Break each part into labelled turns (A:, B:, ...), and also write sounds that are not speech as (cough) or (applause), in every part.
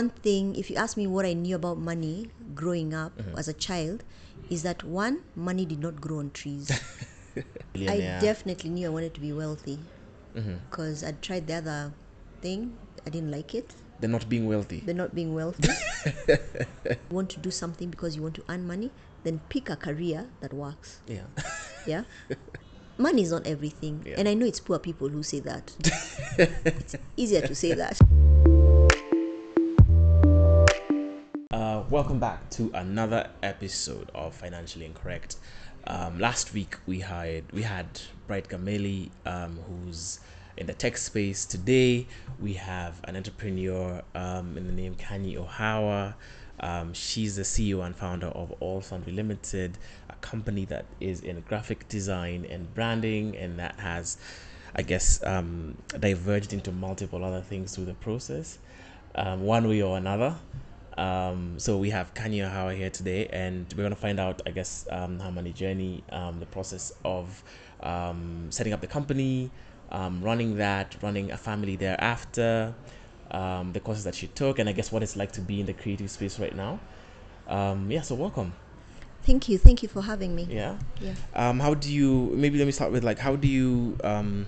A: one thing, if you ask me what I knew about money growing up
B: Uh-huh.
A: as a child, is that one, money did not grow on
B: (laughs)
A: trees. I
B: Millionaire.
A: definitely knew I wanted to be wealthy
B: Mm-hmm.
A: because I'd tried the other thing. I didn't like it.
B: They're not being wealthy.
A: They're not being wealthy.
B: (laughs)
A: want to do something because you want to earn money, then pick a career that works.
B: Yeah. (laughs)
A: Yeah. Money is not everything.
B: Yeah.
A: And I know it's poor people who say
B: (laughs)
A: that. it's easier to say that.
B: Uh, welcome back to another episode of Financially Incorrect. Um, last week we had we had Bright Gameli, um, who's in the tech space. Today we have an entrepreneur um, in the name Kanye Ohawa. Um, she's the CEO and founder of All Foundry Limited, a company that is in graphic design and branding, and that has, I guess, um, diverged into multiple other things through the process, um, one way or another. Um, so we have Kanye Hawa here today, and we're gonna find out, I guess, um, her money journey, um, the process of um, setting up the company, um, running that, running a family thereafter, um, the courses that she took, and I guess what it's like to be in the creative space right now. Um, yeah, so welcome.
A: Thank you. Thank you for having me.
B: Yeah.
A: Yeah.
B: Um, how do you? Maybe let me start with like, how do you um,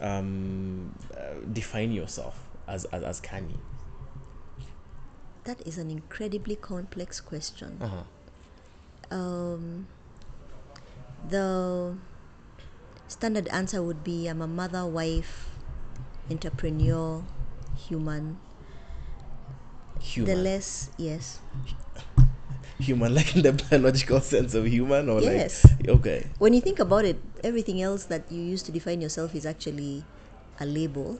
B: um, uh, define yourself as as, as Kanye?
A: That is an incredibly complex question.
B: Uh huh.
A: Um, the standard answer would be I'm a mother, wife, entrepreneur, human.
B: Human.
A: The less, yes.
B: human (laughs) like in the biological sense of human or
A: Yes.
B: like okay
A: When you think about it, everything else that you use to define yourself is actually a label.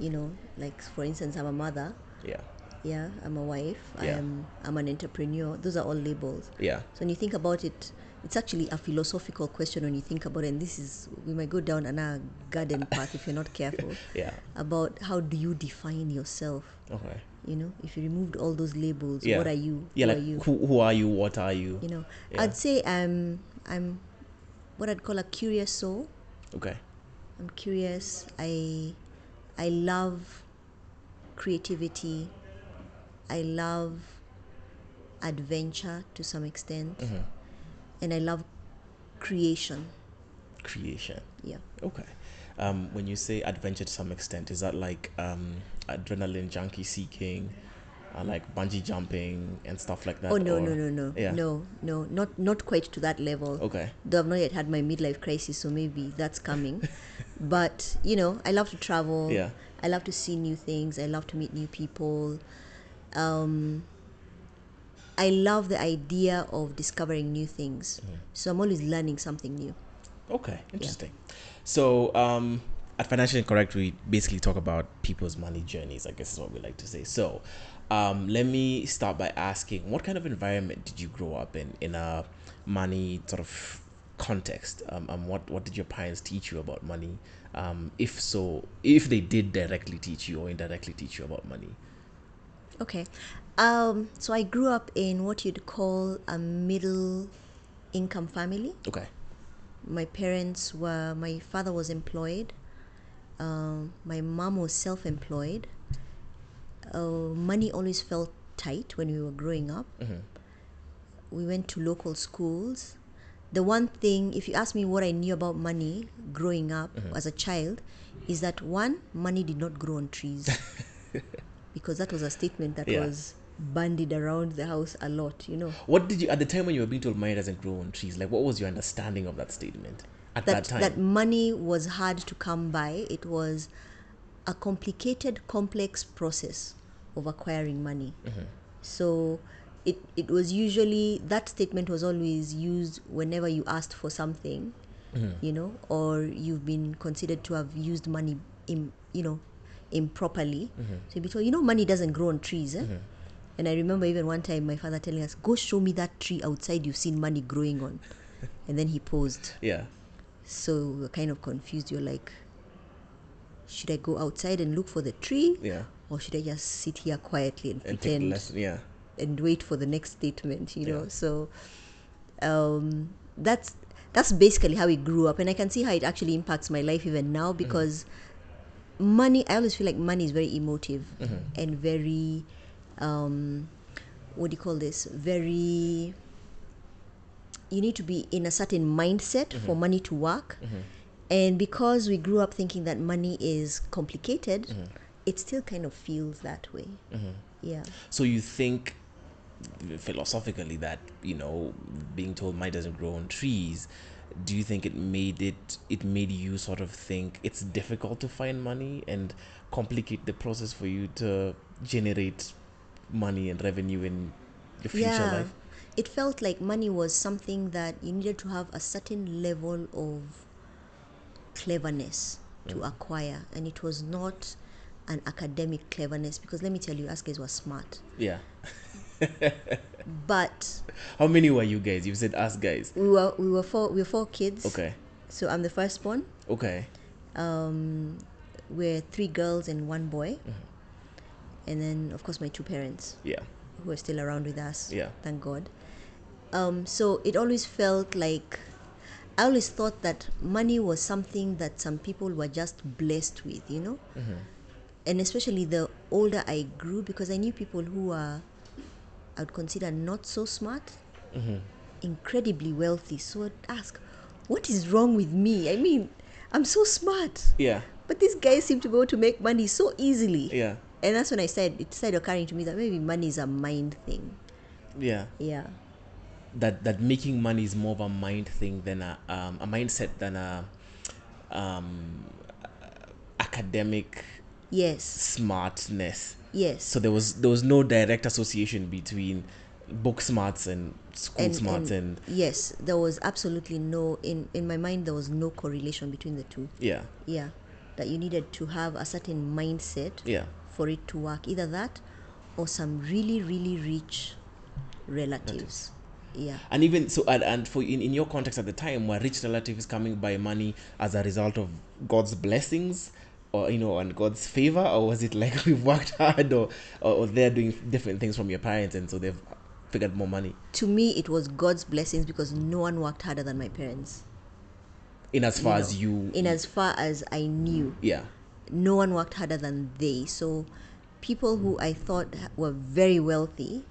A: You know, like for instance, I'm a mother.
B: Mm-hmm. yeah
A: Yeah, I'm a wife.
B: Yeah.
A: I am. I'm an entrepreneur. Those are all labels.
B: yeah
A: So when you think about it, it's actually a philosophical question when you think about it. And this is, we might go down another garden path if you're not careful
B: yeah
A: about how do you define yourself?
B: okay
A: You know, if you removed all those labels,
B: yeah
A: what are you? Who
B: yeah like
A: are you?
B: Who, who are you what are you
A: You know,
B: Yeah.
A: I'd say I'm, I'm what I'd call a curious soul.
B: okay
A: I'm curious. I, I love creativity. I love adventure to some extent.
B: Mm-hmm.
A: And I love creation.
B: creation
A: Yeah.
B: okay um when you say adventure to some extent is that like um adrenaline junkie seeking uh, like bungee jumping and stuff like that
A: Oh no
B: or-
A: no no no
B: yeah
A: no no not not quite to that level.
B: okay
A: Though I've not yet had my midlife crisis, so maybe that's coming. but you know, I love to travel.
B: Yeah.
A: I love to see new things. I love to meet new people. Um, I love the idea of discovering new things. So I'm always learning something new.
B: Okay, interesting. So, um, at Financially Incorrect, we basically talk about people's money journeys, I guess is what we like to say. So, um, let me start by asking what kind of environment did you grow up in, in a money sort of context? Um, and what, what did your parents teach you about money? Um, if so, if they did directly teach you or indirectly teach you about money?
A: Okay. Um, so I grew up in what you'd call a middle income family.
B: Okay.
A: my parents were my father was employed um, my mom was self-employed uh, money always felt tight when we were growing up we went to local schools the one thing if you ask me what i knew about money growing up as a child is that one money did not grow on trees because that was a statement that
B: Yeah.
A: was bandied around the house a lot you know
B: What did you, at the time when you were being told money doesn't grow on trees, like what was your understanding of that statement at that,
A: that
B: time?
A: that money was hard to come by. It was a complicated, complex process of acquiring money.
B: Mm-hmm.
A: So it it was usually that statement was always used whenever you asked for something,
B: Mm-hmm.
A: you know, or you've been considered to have used money in you know improperly.
B: Mm-hmm.
A: So you be told, you know, money doesn't grow on trees. Eh? And I remember even one time my father telling us, "Go show me that tree outside you've seen money growing
B: (laughs)
A: on," and then he paused.
B: yeah.
A: So we we're kind of confused. You're like, should I go outside and look for the tree?
B: Yeah.
A: Or should I just sit here quietly and,
B: And take
A: pretend
B: lesson. Yeah.
A: and wait for the next statement, you know?
B: Yeah.
A: So um, that's that's basically how it grew up. And I can see how it actually impacts my life even now because money, I always feel like money is very emotive and very um, what do you call this? Very. You need to be in a certain mindset for money to work. And because we grew up thinking that money is complicated, it still kind of feels that way. Yeah.
B: So you think philosophically that you know being told money doesn't grow on trees. Do you think it made it it made you sort of think it's difficult to find money and complicate the process for you to generate money and revenue in your future life?
A: It felt like money was something that you needed to have a certain level of cleverness to
B: Mm.
A: acquire, and it was not an academic cleverness because let me tell you, us guys were smart,
B: Yeah.
A: but
B: How many were you guys? You said us guys.
A: we were we were four we were four kids.
B: Okay.
A: So I'm the firstborn.
B: Okay.
A: Um, we're three girls and one boy,
B: Mm-hmm.
A: and then of course my two parents.
B: Yeah.
A: who are still around with us.
B: Yeah.
A: Thank God. Um, so it always felt like I always thought that money was something that some people were just blessed with, you know? And especially the older I grew, because I knew people who are, I would consider not so smart, incredibly wealthy. So I'd ask, what is wrong with me? I mean, I'm so smart,
B: Yeah.
A: but these guys seem to be able to make money so easily.
B: Yeah.
A: And that's when I said it started occurring to me that maybe money is a mind thing.
B: Yeah.
A: Yeah.
B: That that making money is more of a mind thing than a um, a mindset than a um, academic
A: Yes.
B: smartness.
A: Yes.
B: So there was there was no direct association between book smarts and school smarts and,
A: yes, there was absolutely no in in my mind there was no correlation between the two.
B: yeah
A: Yeah. That you needed to have a certain mindset
B: yeah
A: for it to work. Either that or some really, really rich relatives. Yeah.
B: and even so and, and for in, in your context at the time were rich relatives coming by money as a result of God's blessings or you know and God's favor or was it like (laughs) we've worked hard or or, or they're doing different things from your parents and so they've figured more money
A: To me it was God's blessings because no one worked harder than my parents.
B: in as far
A: you
B: as
A: know.
B: you
A: in as far as I knew.
B: yeah
A: no one worked harder than they. So people who I thought ha- were very wealthy,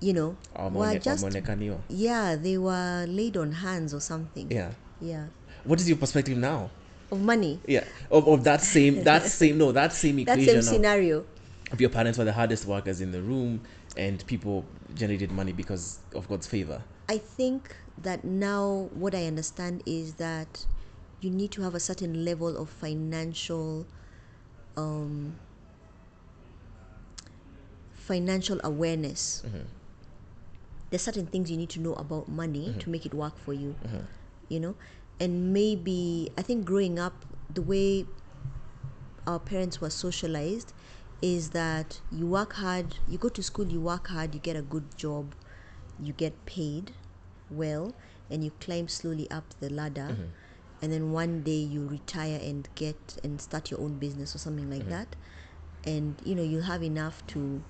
A: you know, were
B: Wameone-
A: just
B: wameonekaniwa.
A: yeah, they were laid on hands or something.
B: yeah
A: yeah,
B: what is your perspective now
A: of money.
B: yeah of, of that same
A: (laughs)
B: that same no that same
A: That
B: equation
A: same
B: of-
A: scenario.
B: If your parents were the hardest workers in the room and people generated money because of God's favor.
A: I think that now what I understand is that you need to have a certain level of financial um, financial awareness. There's certain things you need to know about money to make it work for you, you know, and maybe I think growing up the way our parents were socialized is that you work hard, you go to school, you work hard, you get a good job, you get paid well, and you climb slowly up the ladder. And then one day you retire and get and start your own business or something like that. And you know, you have enough to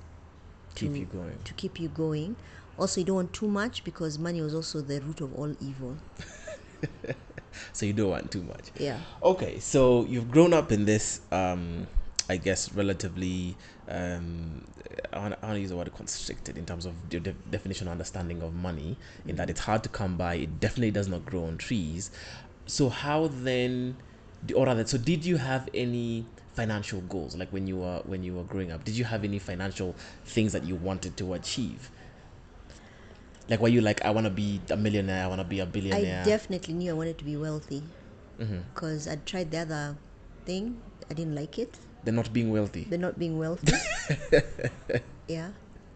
B: Keep
A: to-
B: you going.
A: to keep you going. Also, you don't want too much because money was also the root of all evil.
B: So you don't want too much.
A: Yeah.
B: Okay, so you've grown up in this, um, I guess, relatively, um, I want to use the word constricted in terms of the de- definition and understanding of money, in that it's hard to come by. It definitely does not grow on trees. So, how then, or rather, so did you have any financial goals like when you were when you were growing up did you have any financial things that you wanted to achieve like were you like i want to be a millionaire i want to be a billionaire
A: I definitely knew I wanted to be wealthy
B: Mm-hmm.
A: because I tried the other thing. I didn't like it.
B: they're not being wealthy
A: They're not being
B: (laughs)
A: wealthy. yeah.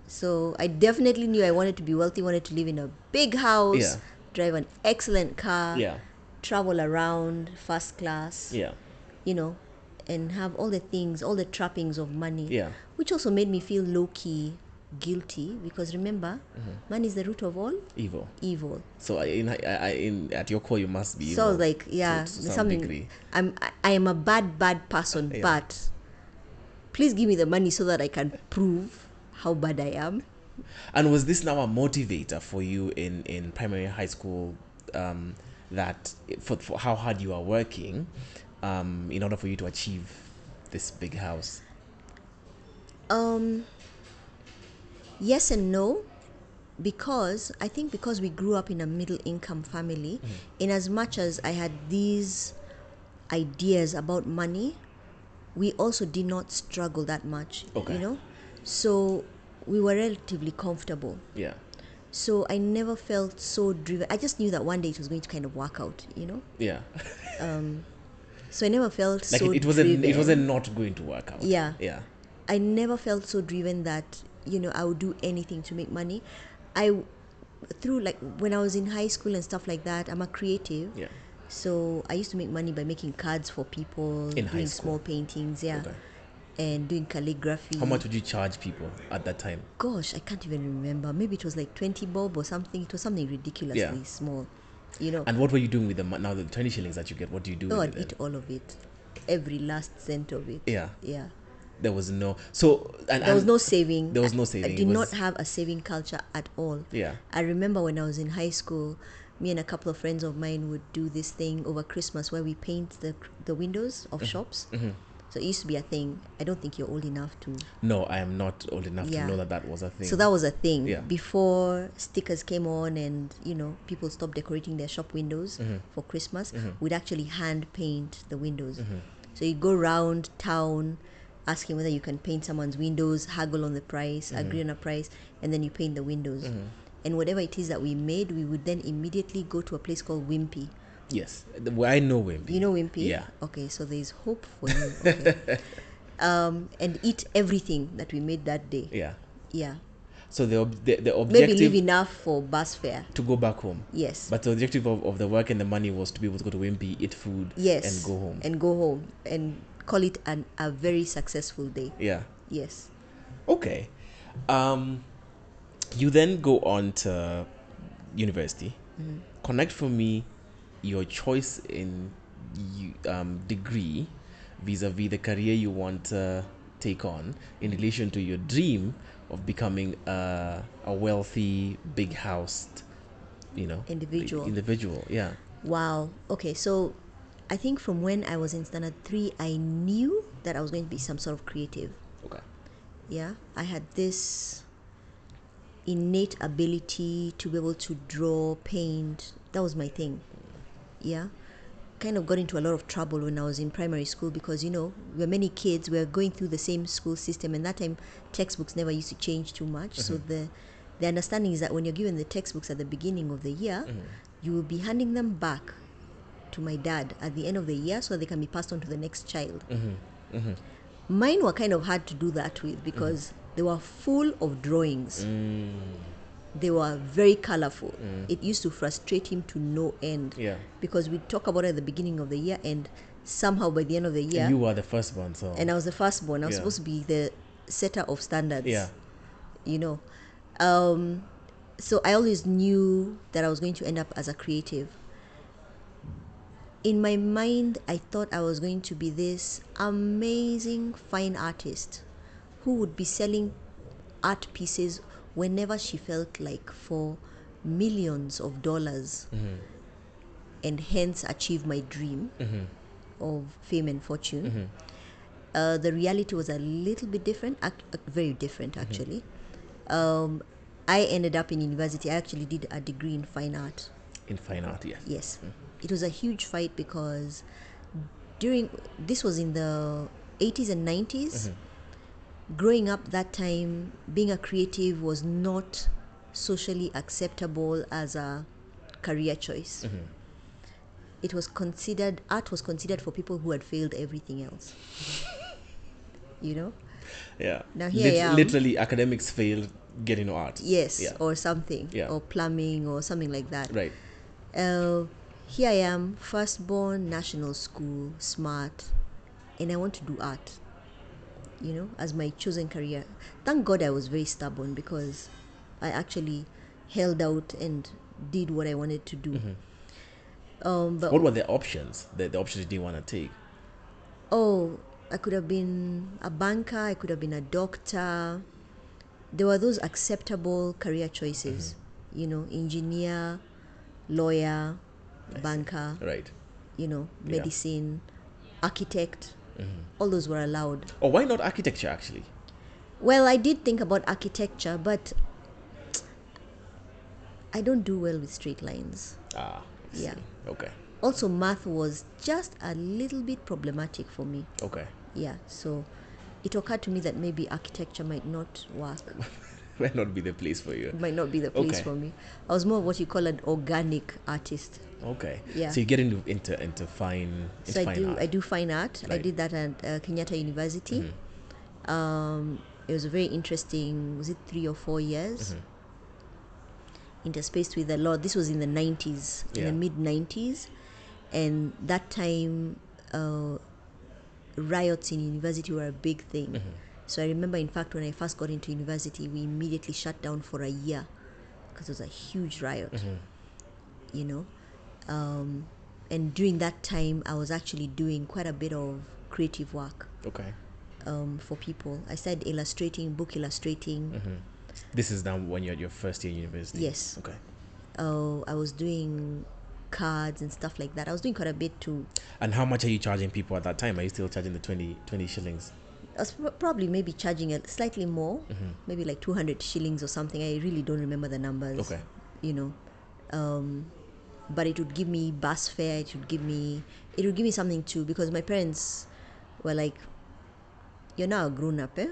A: So I definitely knew I wanted to be wealthy, wanted to live in a big house,
B: Yeah.
A: drive an excellent car,
B: yeah
A: travel around first class,
B: yeah
A: you know, and have all the things, all the trappings of money.
B: Yeah.
A: Which also made me feel low key guilty because remember,
B: Mm-hmm.
A: money is the root of all
B: evil
A: evil.
B: So I- in, I, I, in at your core, you must be.
A: So
B: evil
A: like yeah,
B: to
A: there's
B: some
A: something.
B: degree.
A: I'm I, I am a bad bad person,
B: Yeah.
A: but please give me the money so that I can prove how bad I am.
B: And was this now a motivator for you in in primary high school? Um, that for, for how hard you are working, um, in order for you to achieve this big house.
A: Um, Yes and no, because I think because we grew up in a middle income family,
B: Mm-hmm.
A: in as much as I had these ideas about money, we also did not struggle that much.
B: Okay.
A: You know? So we were relatively comfortable.
B: Yeah.
A: So I never felt so driven. I just knew that one day it was going to kind of work out, you know?
B: Yeah. (laughs)
A: So I never felt
B: Like
A: so
B: it, it wasn't it
A: driven.
B: wasn't not going to work out.
A: Yeah.
B: Yeah.
A: I never felt so driven that you know I would do anything to make money. I through like when I was in high school and stuff like that. I'm a creative,
B: Yeah.
A: so I used to make money by making cards for people, doing
B: In high school?
A: small paintings, yeah,
B: Okay.
A: and doing calligraphy.
B: How much would you charge people at that time?
A: Gosh, I can't even remember. Maybe it was like twenty bob or something. It was something ridiculously
B: Yeah.
A: small, you know.
B: And what were you doing with the mo- now the twenty shillings that you get? What do you do
A: oh,
B: with
A: I'd
B: it?
A: eat
B: Then?
A: all of it, every last cent of it.
B: Yeah.
A: yeah.
B: There was no so and,
A: There was
B: and-
A: no saving.
B: there was no
A: I-
B: saving.
A: I
B: It
A: did
B: was-
A: not have a saving culture at all.
B: Yeah.
A: I remember when I was in high school, me and a couple of friends of mine would do this thing over Christmas where we paint the the windows
B: Mm-hmm.
A: of shops. So it used to be a thing. I don't think you're old enough to.
B: No, I am not old enough
A: Yeah.
B: to know that that was a thing.
A: So that was a thing
B: Yeah.
A: before stickers came on, and you know people stopped decorating their shop windows
B: Mm-hmm.
A: for Christmas. We'd actually hand paint the windows.
B: Mm-hmm.
A: So you go round town, asking whether you can paint someone's windows, haggle on the price,
B: Mm-hmm.
A: agree on a price, and then you paint the windows. And whatever it is that we made, we would then immediately go to a place called Wimpy.
B: yes. The- well, I know Wimpy.
A: You know Wimpy?
B: Yeah.
A: Okay, so there's hope for you. Okay.
B: (laughs)
A: um, and eat everything that we made that day.
B: Yeah.
A: Yeah.
B: So the ob- the, the
A: Maybe leave
B: objective
A: enough for bus fare.
B: to go back home.
A: Yes.
B: But the objective of, of the work and the money was to be able to go to Wimpy, eat food,
A: yes.
B: and go home.
A: And go home and call it an, a very successful day.
B: yeah.
A: Yes.
B: Okay. Um, you then go on to university.
A: Mm.
B: Connect for me your choice in you, um, degree vis-a-vis the career you want to take on in relation to your dream of becoming a, a wealthy, big housed, you know,
A: Individual.
B: Individual, yeah.
A: Wow. Okay, so I think from when I was in standard three, I knew that I was going to be some sort of creative.
B: Okay.
A: yeah i had this innate ability to be able to draw paint that was my thing yeah kind of got into a lot of trouble when i was in primary school because you know we were many kids we were going through the same school system and that time textbooks never used to change too much so the the understanding is that when you're given the textbooks at the beginning of the year you will be handing them back to my dad at the end of the year so they can be passed on to the next child mine were kind of hard to do that with because they were full of drawings they were very colorful it used to frustrate him to no end
B: Yeah.
A: because we talk about it at the beginning of the year and somehow by the end of the year
B: And you were the first one, so
A: and I was the firstborn. I was
B: Yeah.
A: supposed to be the setter of standards.
B: Yeah.
A: You know. Um, so I always knew that I was going to end up as a creative. In my mind, I thought I was going to be this amazing fine artist who would be selling art pieces whenever she felt like for millions of dollars and hence achieve my dream of fame and fortune uh, the reality was a little bit different, ac- ac- very different actually. Um, I ended up in university. I actually did a degree in fine art.
B: in fine art, yes.
A: Yes, it was a huge fight because during this was in the 80s and 90s.
B: Mm-hmm.
A: Growing up that time, being a creative was not socially acceptable as a career choice.
B: Mm-hmm.
A: It was considered art was considered for people who had failed everything
B: (laughs)
A: else. you know,
B: Yeah.
A: Now here I am.
B: Literally, academics fail getting no art.
A: yes,
B: Yeah.
A: or something,
B: Yeah.
A: or plumbing, or something like that.
B: Right.
A: Uh, here I am, firstborn, national school, smart, and I want to do art, you know, as my chosen career. Thank God I was very stubborn because I actually held out and did what I wanted to do. Um, but
B: What were the options? The, the options you didn't want to take.
A: oh, I could have been a banker, I could have been a doctor. There were those acceptable career choices, you know, engineer, lawyer, banker.
B: Right.
A: you know,
B: Yeah. Mm-hmm.
A: medicine, architect, all those were allowed.
B: Oh, Or why not architecture actually?
A: Well, I did think about architecture, but I don't do well with straight lines.
B: Ah, I
A: Yeah.
B: see. Okay.
A: Also, math was just a little bit problematic for me.
B: Okay. (laughs)
A: Yeah, so it occurred to me that maybe architecture might not work.
B: Might not be the place for
A: It
B: you.
A: might not be the place
B: Okay.
A: for me. I was more of what you call an organic artist.
B: Okay.
A: Yeah.
B: So you get into into into fine into
A: So I
B: fine
A: do
B: art.
A: I do fine art. I
B: Right. Mm-hmm.
A: did that at uh, Kenyatta University. Um, it was a very interesting. Was it three or four
B: Mm-hmm.
A: years? Interspaced with a lot. This was in the nineties, in
B: Yeah.
A: the mid nineties, and that time uh, riots in university were a big thing. So I remember, in fact, when I first got into university, we immediately shut down for a year because it was a huge riot. You know, um, and during that time, I was actually doing quite a bit of creative work
B: Okay.
A: um, for people. I started illustrating, book illustrating.
B: This is now when you're at your first year in university.
A: Yes.
B: Okay.
A: Uh, I was doing cards and stuff like that. I was doing quite a bit too.
B: And how much are you charging people at that time? Are you still charging the 20, 20 shillings?
A: I was pro- probably maybe charging a slightly more,
B: Mm-hmm.
A: maybe like 200 shillings or something. I really don't remember the numbers.
B: Okay.
A: You know, um, but it would give me bus fare. It would give me. It would give me something too because my parents were like, "You're now a grown up, eh?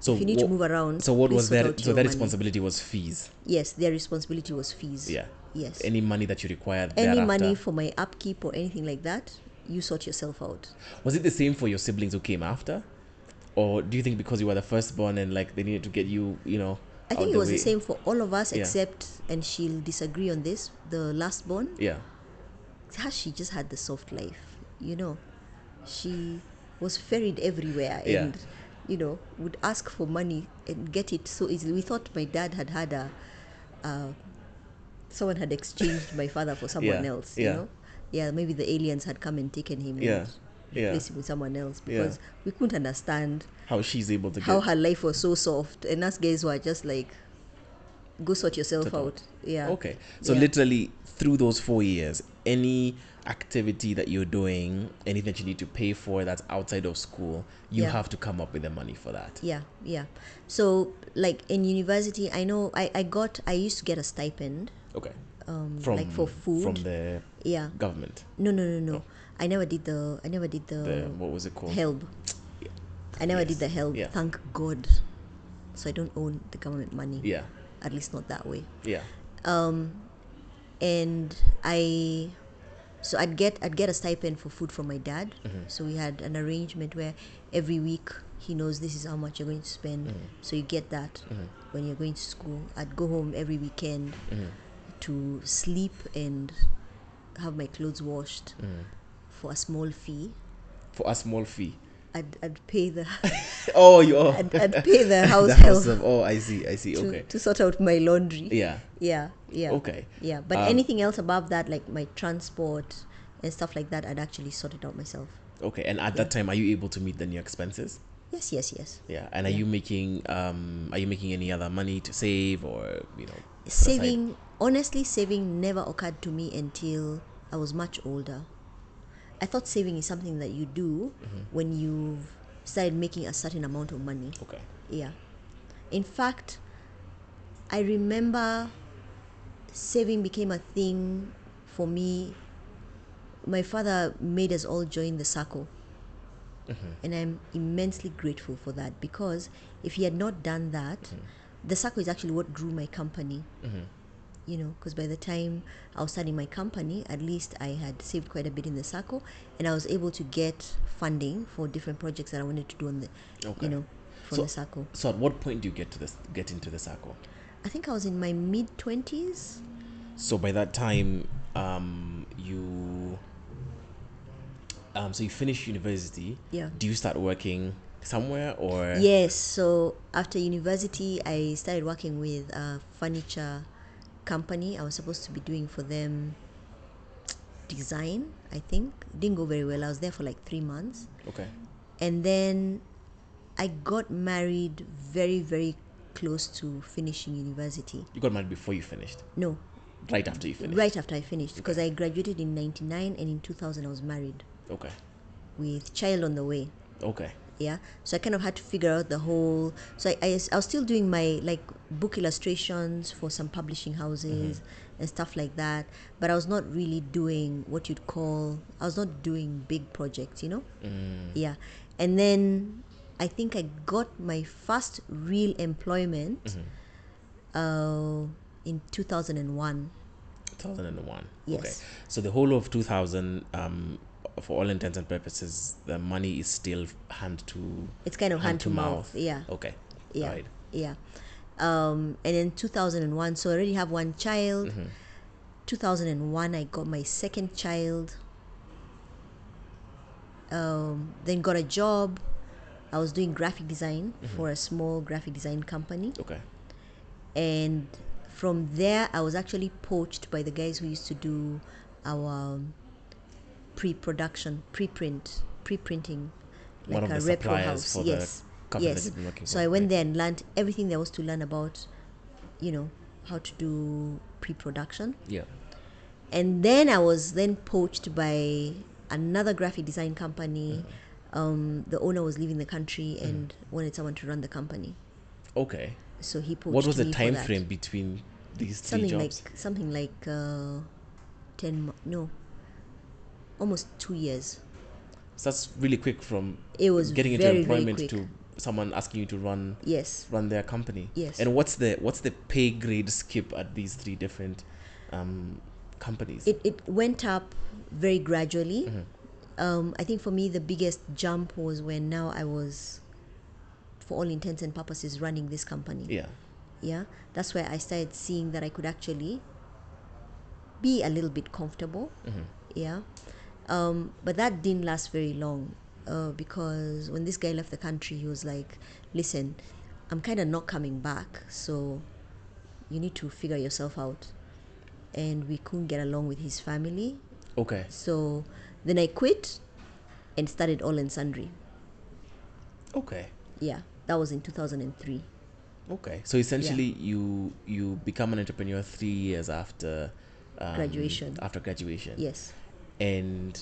B: So
A: if you need to
B: wha-
A: move around,
B: So what
A: please
B: was
A: sort
B: their
A: out
B: so
A: your
B: their
A: money."
B: responsibility was fees.
A: Yes, their responsibility was fees.
B: Yeah.
A: Yes.
B: Any money that you required
A: any
B: thereafter.
A: money for my upkeep or anything like that, you sort yourself out.
B: Was it the same for your siblings who came after? Or do you think because you were the firstborn and like they needed to get you, you know,
A: I
B: out
A: think it
B: the
A: was
B: way?
A: the same for all of us
B: Yeah.
A: except, and she'll disagree on this, the last born.
B: Yeah.
A: How she just had the soft life, you know. She was ferried everywhere
B: Yeah.
A: and, you know, would ask for money and get it so easily. We thought my dad had had a, uh, someone had exchanged my father
B: (laughs)
A: for someone
B: Yeah,
A: else,
B: yeah.
A: you know. Yeah, maybe the aliens had come and taken him
B: Yeah.
A: and
B: Yeah.
A: replaced him with someone else
B: Yeah.
A: because we couldn't understand
B: How she's able to
A: how
B: get
A: her life was so soft and us guys were just like go sort yourself
B: Sort
A: out.
B: out.
A: yeah
B: Okay. So
A: Yeah.
B: literally through those four years, any activity that you're doing, anything that you need to pay for that's outside of school, you
A: Yeah.
B: have to come up with the money for that.
A: yeah yeah so like in university i know i, I got i used to get a stipend
B: Okay.
A: um
B: From
A: like for food
B: from the
A: yeah
B: government.
A: no no no no i never did the i never did
B: The
A: the,
B: what was it called?
A: help
B: Yeah.
A: i never
B: Yes.
A: did the help
B: Yeah.
A: thank god so i don't own the government money
B: Yeah.
A: at least not that way
B: Yeah.
A: and I so I'd get I'd get a stipend for food from my dad.
B: Mm-hmm.
A: So we had an arrangement where every week he knows this is how much you're going to spend.
B: Mm-hmm.
A: So you get that when you're going to school. I'd go home every weekend
B: Mm-hmm.
A: to sleep and have my clothes washed
B: Mm-hmm.
A: for a small fee.
B: For a small fee.
A: I'd, I'd pay
B: (laughs)
A: the
B: Oh, you oh.
A: I'd, I'd pay the house
B: (laughs) the
A: help
B: house of oh, I see, I see.
A: to,
B: Okay.
A: to sort out my laundry.
B: Yeah.
A: Yeah, yeah.
B: Okay.
A: Yeah, but
B: Um,
A: anything else above that, like my transport and stuff like that, I'd actually sort it out myself.
B: Okay. And at that time, are you able to meet the new expenses?
A: Yes, yes, yes.
B: Yeah. And are you making um are you making any other money to save or you know put aside?
A: Saving, honestly, saving never occurred to me until I was much older. I thought saving is something that you do
B: Mm-hmm.
A: when you've started making a certain amount of money.
B: Okay.
A: Yeah. In fact, I remember saving became a thing for me. My father made us all join the circle.
B: Mm-hmm.
A: And I'm immensely grateful for that because if he had not done that,
B: Mm-hmm.
A: the circle is actually what drew my company. You know, because by the time I was starting my company, at least I had saved quite a bit in the circle, and I was able to get funding for different projects that I wanted to do on the,
B: Okay.
A: you know, from
B: So-
A: the circle.
B: So at what point do you get to this get into the circle?
A: I think I was in my mid twenties.
B: So by that time, um, you um, so you finish university.
A: Yeah.
B: Do you start working somewhere or
A: Yes. So after university, I started working with a furniture company. I was supposed to be doing for them design. I think didn't go very well. I was there for like three months,
B: Okay.
A: and then I got married very very close to finishing university.
B: You got married before you finished,
A: No,
B: right after you finished.
A: right after I finished because I graduated in '99 and in 2000 I was married
B: Okay.
A: with child on the way.
B: Okay.
A: yeah so i kind of had to figure out the whole so i, I, I was still doing my like book illustrations for some publishing houses and stuff like that but i was not really doing what you'd call i was not doing big projects you know yeah and then i think i got my first real employment uh, in 2001
B: 2001. Okay.
A: Yes.
B: So the whole of 2000, um, for all intents and purposes, the money is still hand to
A: it's kind of hand, to mouth, yeah
B: Okay.
A: yeah
B: Right.
A: yeah um, and in 2001 so i already have one child 2001 i got my second child um, then got a job i was doing graphic design for a small graphic design company
B: Okay.
A: and from there i was actually poached by the guys who used to do our um, pre-production preprint pre-printing
B: One of the suppliers for the company that
A: yes
B: you've been working
A: so
B: for,
A: i went
B: right.
A: there and learned everything there was to learn about you know how to do pre-production
B: Yeah.
A: and then I was then poached by another graphic design company.
B: Mm-hmm.
A: Um, the owner was leaving the country and wanted someone to run the company,
B: Okay.
A: so he poached
B: Mm-hmm. What was the
A: me for
B: time
A: that.
B: frame between these three
A: Something
B: jobs?
A: like something like uh, ten mo- no, almost two years.
B: so that's really quick from
A: It was
B: getting
A: very,
B: into
A: very
B: employment
A: quick.
B: to someone asking you to run
A: Yes,
B: run their company.
A: Yes.
B: And what's the what's the pay grade skip at these three different um, companies?
A: it it went up very gradually.
B: Mm-hmm.
A: Um, I think for me the biggest jump was when now I was, for all intents and purposes, running this company.
B: yeah.
A: yeah that's where i started seeing that i could actually be a little bit comfortable yeah um, but that didn't last very long uh, because when this guy left the country he was like listen i'm kind of not coming back so you need to figure yourself out and we couldn't get along with his family
B: Okay.
A: so then i quit and started all and sundry
B: Okay.
A: yeah that was in 2003
B: Okay. So essentially, you you become an entrepreneur three years after um,
A: Graduation.
B: After graduation.
A: yes
B: And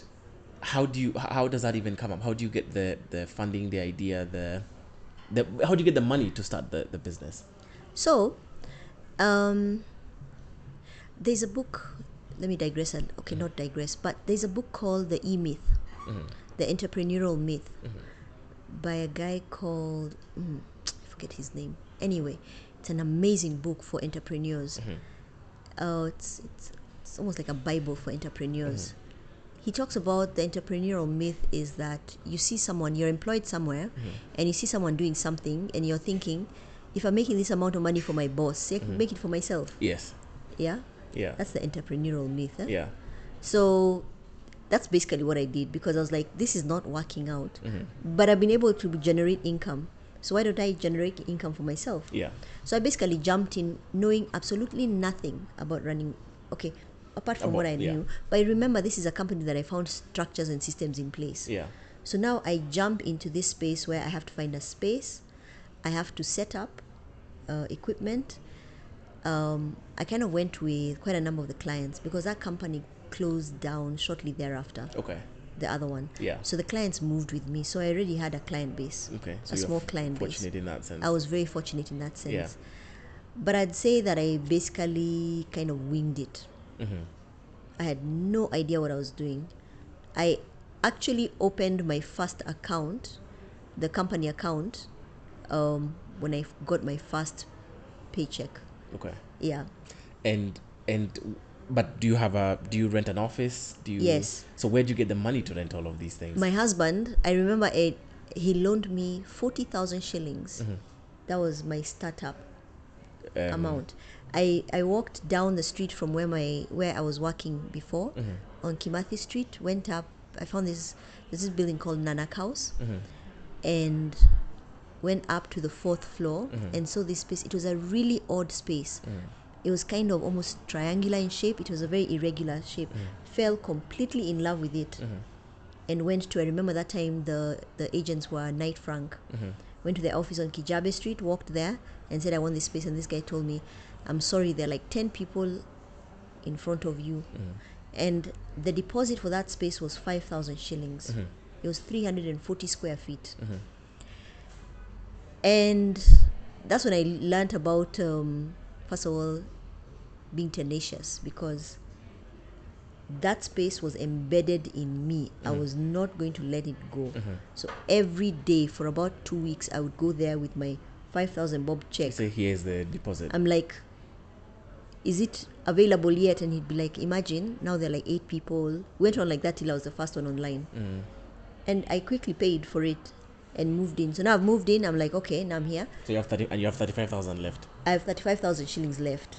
B: how do you h- how does that even come up? How do you get the the funding, the idea, the the how do you get the money to start the the business?
A: So, um, there's a book. Let me digress. And, okay, not digress, but there's a book called The E Myth, The Entrepreneurial Myth, by a guy called mm, I forget his name. Anyway, it's an amazing book for entrepreneurs. Uh, it's, it's it's almost like a bible for entrepreneurs. He talks about the entrepreneurial myth is that you see someone, you're employed somewhere, and you see someone doing something, and you're thinking, if I'm making this amount of money for my boss, I could make it for myself.
B: Yes.
A: Yeah,
B: Yeah.
A: that's the entrepreneurial myth. eh?
B: yeah.
A: So that's basically what I did because I was like, this is not working out, but I've been able to generate income. So why don't I generate income for myself?
B: Yeah.
A: So I basically jumped in knowing absolutely nothing about running. Okay, apart from what I
B: About- yeah.
A: knew, but I remember this is a company that I found structures and systems in place.
B: Yeah.
A: So now I jump into this space where I have to find a space, I have to set up uh, equipment. Um, I kind of went with quite a number of the clients because that company closed down shortly thereafter,
B: Okay.
A: the other one.
B: Yeah.
A: So the clients moved with me. So I already had a client base,
B: Okay.
A: a
B: you're
A: small
B: f-
A: client base.
B: Fortunate in that sense.
A: I was very fortunate in that sense.
B: Yeah.
A: But I'd say that I basically kind of winged it. I had no idea what I was doing. I actually opened my first account, the company account, um, when I got my first paycheck.
B: okay.
A: Yeah.
B: And and but do you have a do you rent an office? Do you
A: Yes.
B: So where do you get the money to rent all of these things?
A: My husband, I remember it, he loaned me 40,000 shillings. That was my startup
B: Um,
A: amount. I, I walked down the street from where my where I was working before on Kimathi Street, went up. I found this there's this building called Nanak House and went up to the fourth floor and saw this space. It was a really odd space. It was kind of almost triangular in shape. It was a very irregular shape. Fell completely in love with it and went to I remember that time the the agents were Knight Frank. Went to their office on Kijabe Street, walked there, and said I want this space. And this guy told me, "I'm sorry, there are like ten people in front of you." And the deposit for that space was five thousand shillings. It was three hundred and forty square feet. and that's when I learned about um, first of all being tenacious because that space was embedded in me. I was not going to let it go. So every day for about two weeks, I would go there with my five thousand bob check.
B: Say here's the deposit.
A: I'm like, is it available yet? And he'd be like, imagine now there are like eight people. Went on like that till I was the first one online, and I quickly paid for it and moved in. So now I've moved in. I'm like, okay, now I'm here.
B: so you have thirty and you have thirty five thousand left.
A: I have 35,000 shillings left.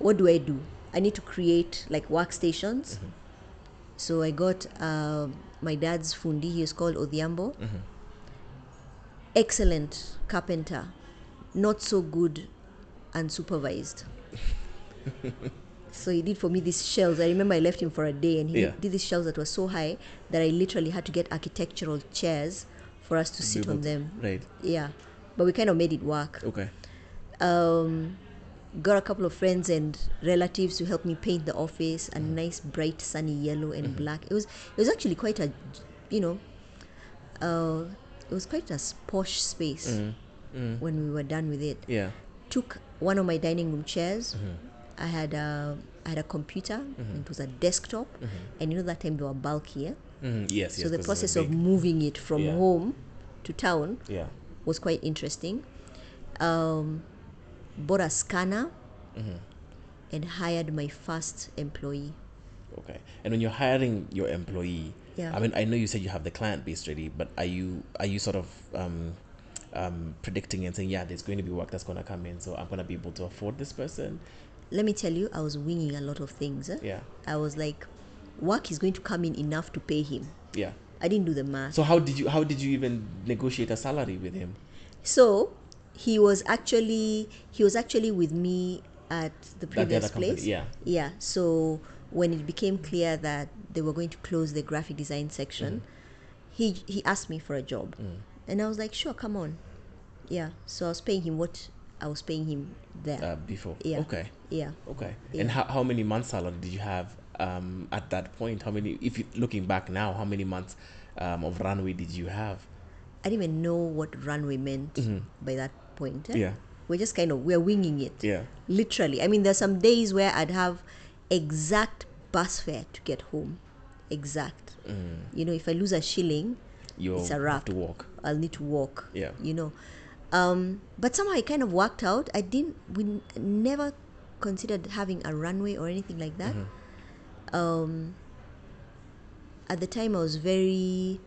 A: What do I do? I need to create like workstations. So I got uh, my dad's fundi, he is called Odhiambo. Excellent carpenter, not so good unsupervised. so he did for me these shelves. I remember I left him for a day and he
B: Yeah.
A: did these shelves that were so high that I literally had to get architectural chairs for us to sit on them.
B: Right.
A: Yeah. But we kind of made it work
B: Okay.
A: um, got a couple of friends and relatives who helped me paint the office a
B: Mm.
A: nice bright sunny yellow and
B: Mm-hmm.
A: black it was it was actually quite a you know uh, it was quite a posh space
B: Mm.
A: when we were done with it
B: Yeah.
A: took one of my dining room chairs
B: Mm-hmm.
A: i had a I had a computer and it was a desktop and you know that time they were bulky eh?
B: Mm, Mm-hmm. yes.
A: so the
B: yes, 'cause it's
A: process
B: a
A: of
B: big-
A: moving it from
B: Yeah.
A: home to town
B: yeah.
A: was quite interesting. Um, bought a scanner and hired my first employee.
B: Okay. And when you're hiring your employee,
A: Yeah.
B: I mean, I know you said you have the client base ready, but are you are you sort of um, um, predicting and saying, yeah, there's going to be work that's going to come in, so I'm going to be able to afford this person?
A: Let me tell you, I was winging a lot of things. eh?
B: Yeah.
A: I was like, work is going to come in enough to pay him.
B: Yeah.
A: I didn't do the math.
B: So how did you how did you even negotiate a salary with him?
A: So he was actually he was actually with me at the
B: the other
A: previous
B: company,
A: place.
B: yeah.
A: Yeah. So when it became clear that they were going to close the graphic design section,
B: Mm-hmm.
A: he he asked me for a job.
B: Mm.
A: And I was like, sure, come on. Yeah. So I was paying him what I was paying him there.
B: Uh, before.
A: yeah.
B: Okay.
A: Yeah.
B: Okay.
A: Yeah.
B: And how, how many months salary did you have um, at that point? How many, if you looking back now, how many months um, of runway did you have?
A: I didn't even know what runway meant by that point. eh?
B: Mm-hmm. Yeah.
A: We're just kind of we're winging it.
B: Yeah.
A: literally i mean there's some days where i'd have exact bus fare to get home exact you know if i lose a shilling
B: You'll
A: It's a
B: have
A: wrap.
B: to walk.
A: i'll need to walk
B: Yeah.
A: you know um, but somehow it kind of worked out i didn't we n- never considered having a runway or anything like that um,
B: Mm-hmm.
A: at the time i was very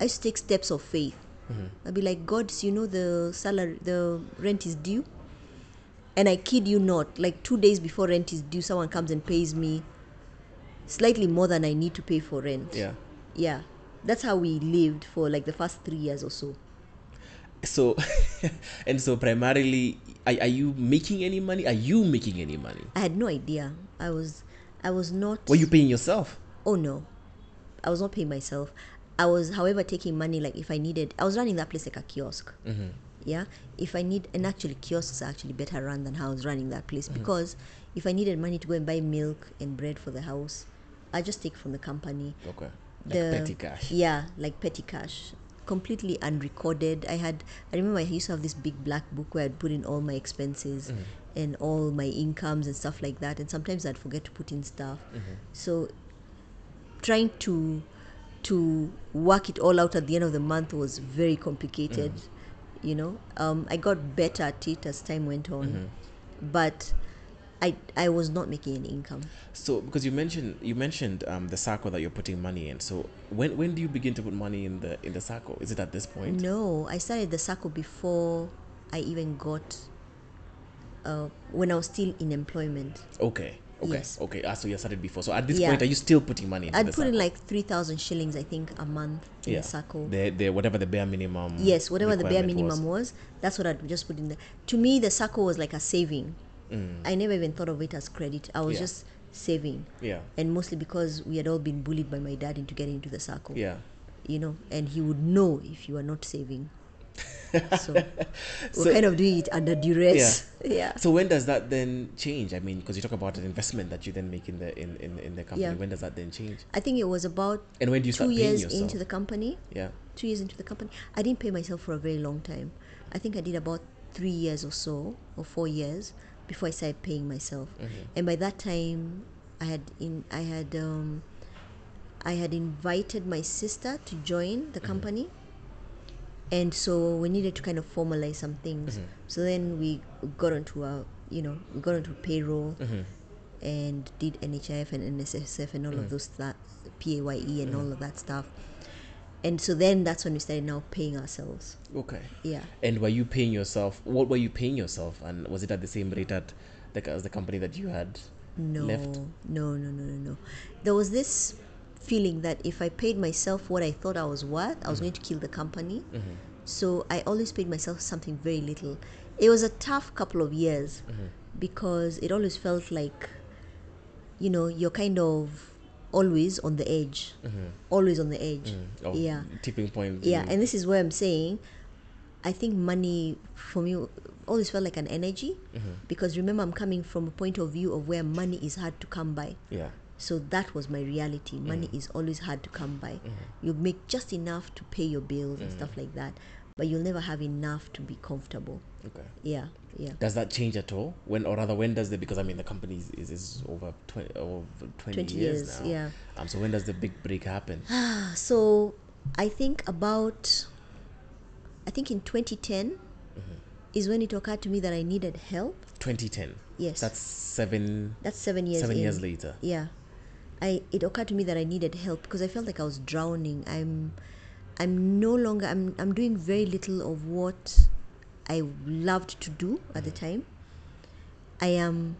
A: i used to take steps of faith
B: Mm-hmm.
A: i'd be like god you know the salary the rent is due and I kid you not, like two days before rent is due, someone comes and pays me slightly more than I need to pay for rent.
B: Yeah.
A: Yeah. That's how we lived for like the first three years or so.
B: (laughs) So, (laughs) and so primarily, are, are you making any money? Are you making any money?
A: I had no idea. I was I was not
B: Were you paying yourself?
A: oh no. I was not paying myself. I was however taking money like if I needed I was running that place like a kiosk.
B: Mm-hmm.
A: Yeah. If I need and actually kiosks are actually better run than how I was running that place
B: Mm-hmm.
A: because if I needed money to go and buy milk and bread for the house, I just take from the company.
B: Okay. Like
A: the
B: petty cash.
A: Yeah, like petty cash. Completely unrecorded. I had I remember I used to have this big black book where I'd put in all my expenses
B: Mm-hmm.
A: and all my incomes and stuff like that. And sometimes I'd forget to put in stuff.
B: Mm-hmm.
A: So trying to to work it all out at the end of the month was very complicated.
B: Mm-hmm.
A: You know, um, I got better at it as time went on,
B: Mm-hmm.
A: but I I was not making any income.
B: So, because you mentioned you mentioned um, the circle that you're putting money in. So, when when do you begin to put money in the in the circle? Is it at this point?
A: No, I started the circle before I even got uh, when I was still in employment.
B: Okay. Okay.
A: Yes.
B: Okay. Ah, so you started before. So at this
A: Yeah.
B: point, are you still putting money? Into
A: I'd
B: the
A: put in
B: circle?
A: like three thousand shillings, I think, a month in the circle.
B: The, the whatever the bare minimum.
A: yes, whatever the bare
B: requirement
A: minimum was. that's what I'd just put in there. To me, the circle was like a saving. I never even thought of it as credit. I was
B: Mm. Yeah.
A: just saving,
B: Yeah.
A: and mostly because we had all been bullied by my dad into getting into the circle.
B: Yeah.
A: you know, and he would know if you are not saving.
B: (laughs)
A: so we're
B: So-
A: kind of doing it under duress. (laughs) yeah.
B: So when does that then change? I mean, because you talk about an investment that you then make in the in, in, in the company.
A: Yeah.
B: When does that then change?
A: I think it was about
B: And when do you
A: two
B: start paying
A: years
B: yourself?
A: into the company.
B: yeah.
A: Two years into the company, I didn't pay myself for a very long time. I think I did about three years or so, or four years, before I started paying myself.
B: Mm-hmm.
A: And by that time, I had in I had um, I had invited my sister to join
B: Mm-hmm.
A: the company, and so we needed to kind of formalize some things.
B: Mm-hmm.
A: So then we got onto a you know we got onto payroll.
B: Mm-hmm.
A: And did NHIF and NSSF and all of those that PAYE E and all of that stuff, and so then that's when we started now paying ourselves.
B: Okay.
A: Yeah.
B: And were you paying yourself? What were you paying yourself? And was it at the same rate at the, as the company that you had
A: No.
B: left?
A: No, no, no, no, no. There was this feeling that if I paid myself what I thought I was worth, I was going to kill the company. So I always paid myself something very little. It was a tough couple of years because it always felt like, you know, you're kind of always on the edge. Always on the edge.
B: Oh,
A: Yeah.
B: Tipping point.
A: Yeah, and this is where I'm saying, I think money for me always felt like an energy
B: Mm-hmm.
A: because remember I'm coming from a point of view of where money is hard to come by.
B: yeah.
A: So that was my reality.
B: Mm-hmm.
A: Money is always hard to come by. You make just enough to pay your bills and
B: Mm.
A: stuff like that, but you'll never have enough to be comfortable.
B: Okay.
A: Yeah, yeah.
B: Does that change at all? When or rather, when does the because I mean the company is, is, is over twenty over twenty,
A: 20
B: years,
A: years,
B: now.
A: yeah.
B: Um. So when does the big break
A: (gasps)
B: happen?
A: So I think about, I think in 2010
B: Mm-hmm.
A: is when it occurred to me that I needed help.
B: Twenty ten.
A: Yes.
B: That's seven.
A: That's seven years.
B: seven
A: in.
B: years later.
A: Yeah, I it occurred to me that I needed help because I felt like I was drowning. I'm, I'm no longer. I'm I'm doing very little of what I loved to do at
B: Mm.
A: the time. I am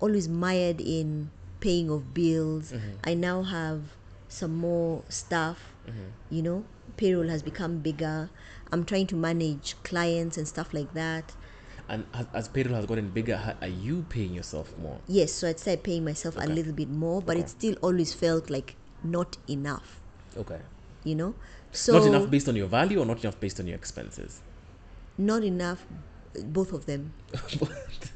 A: always mired in paying of bills.
B: Mm-hmm.
A: I now have some more staff.
B: Mm-hmm.
A: You know, payroll has become bigger. I'm trying to manage clients and stuff like that.
B: And as, as payroll has gotten bigger, ha- are you paying yourself more?
A: Yes, so I'd started paying myself a
B: Okay.
A: little bit more, but
B: Okay.
A: it still always felt like not enough,
B: Okay.
A: you know? So
B: not enough based on your value, or not enough based on your expenses.
A: not enough, both of
B: (laughs)
A: them.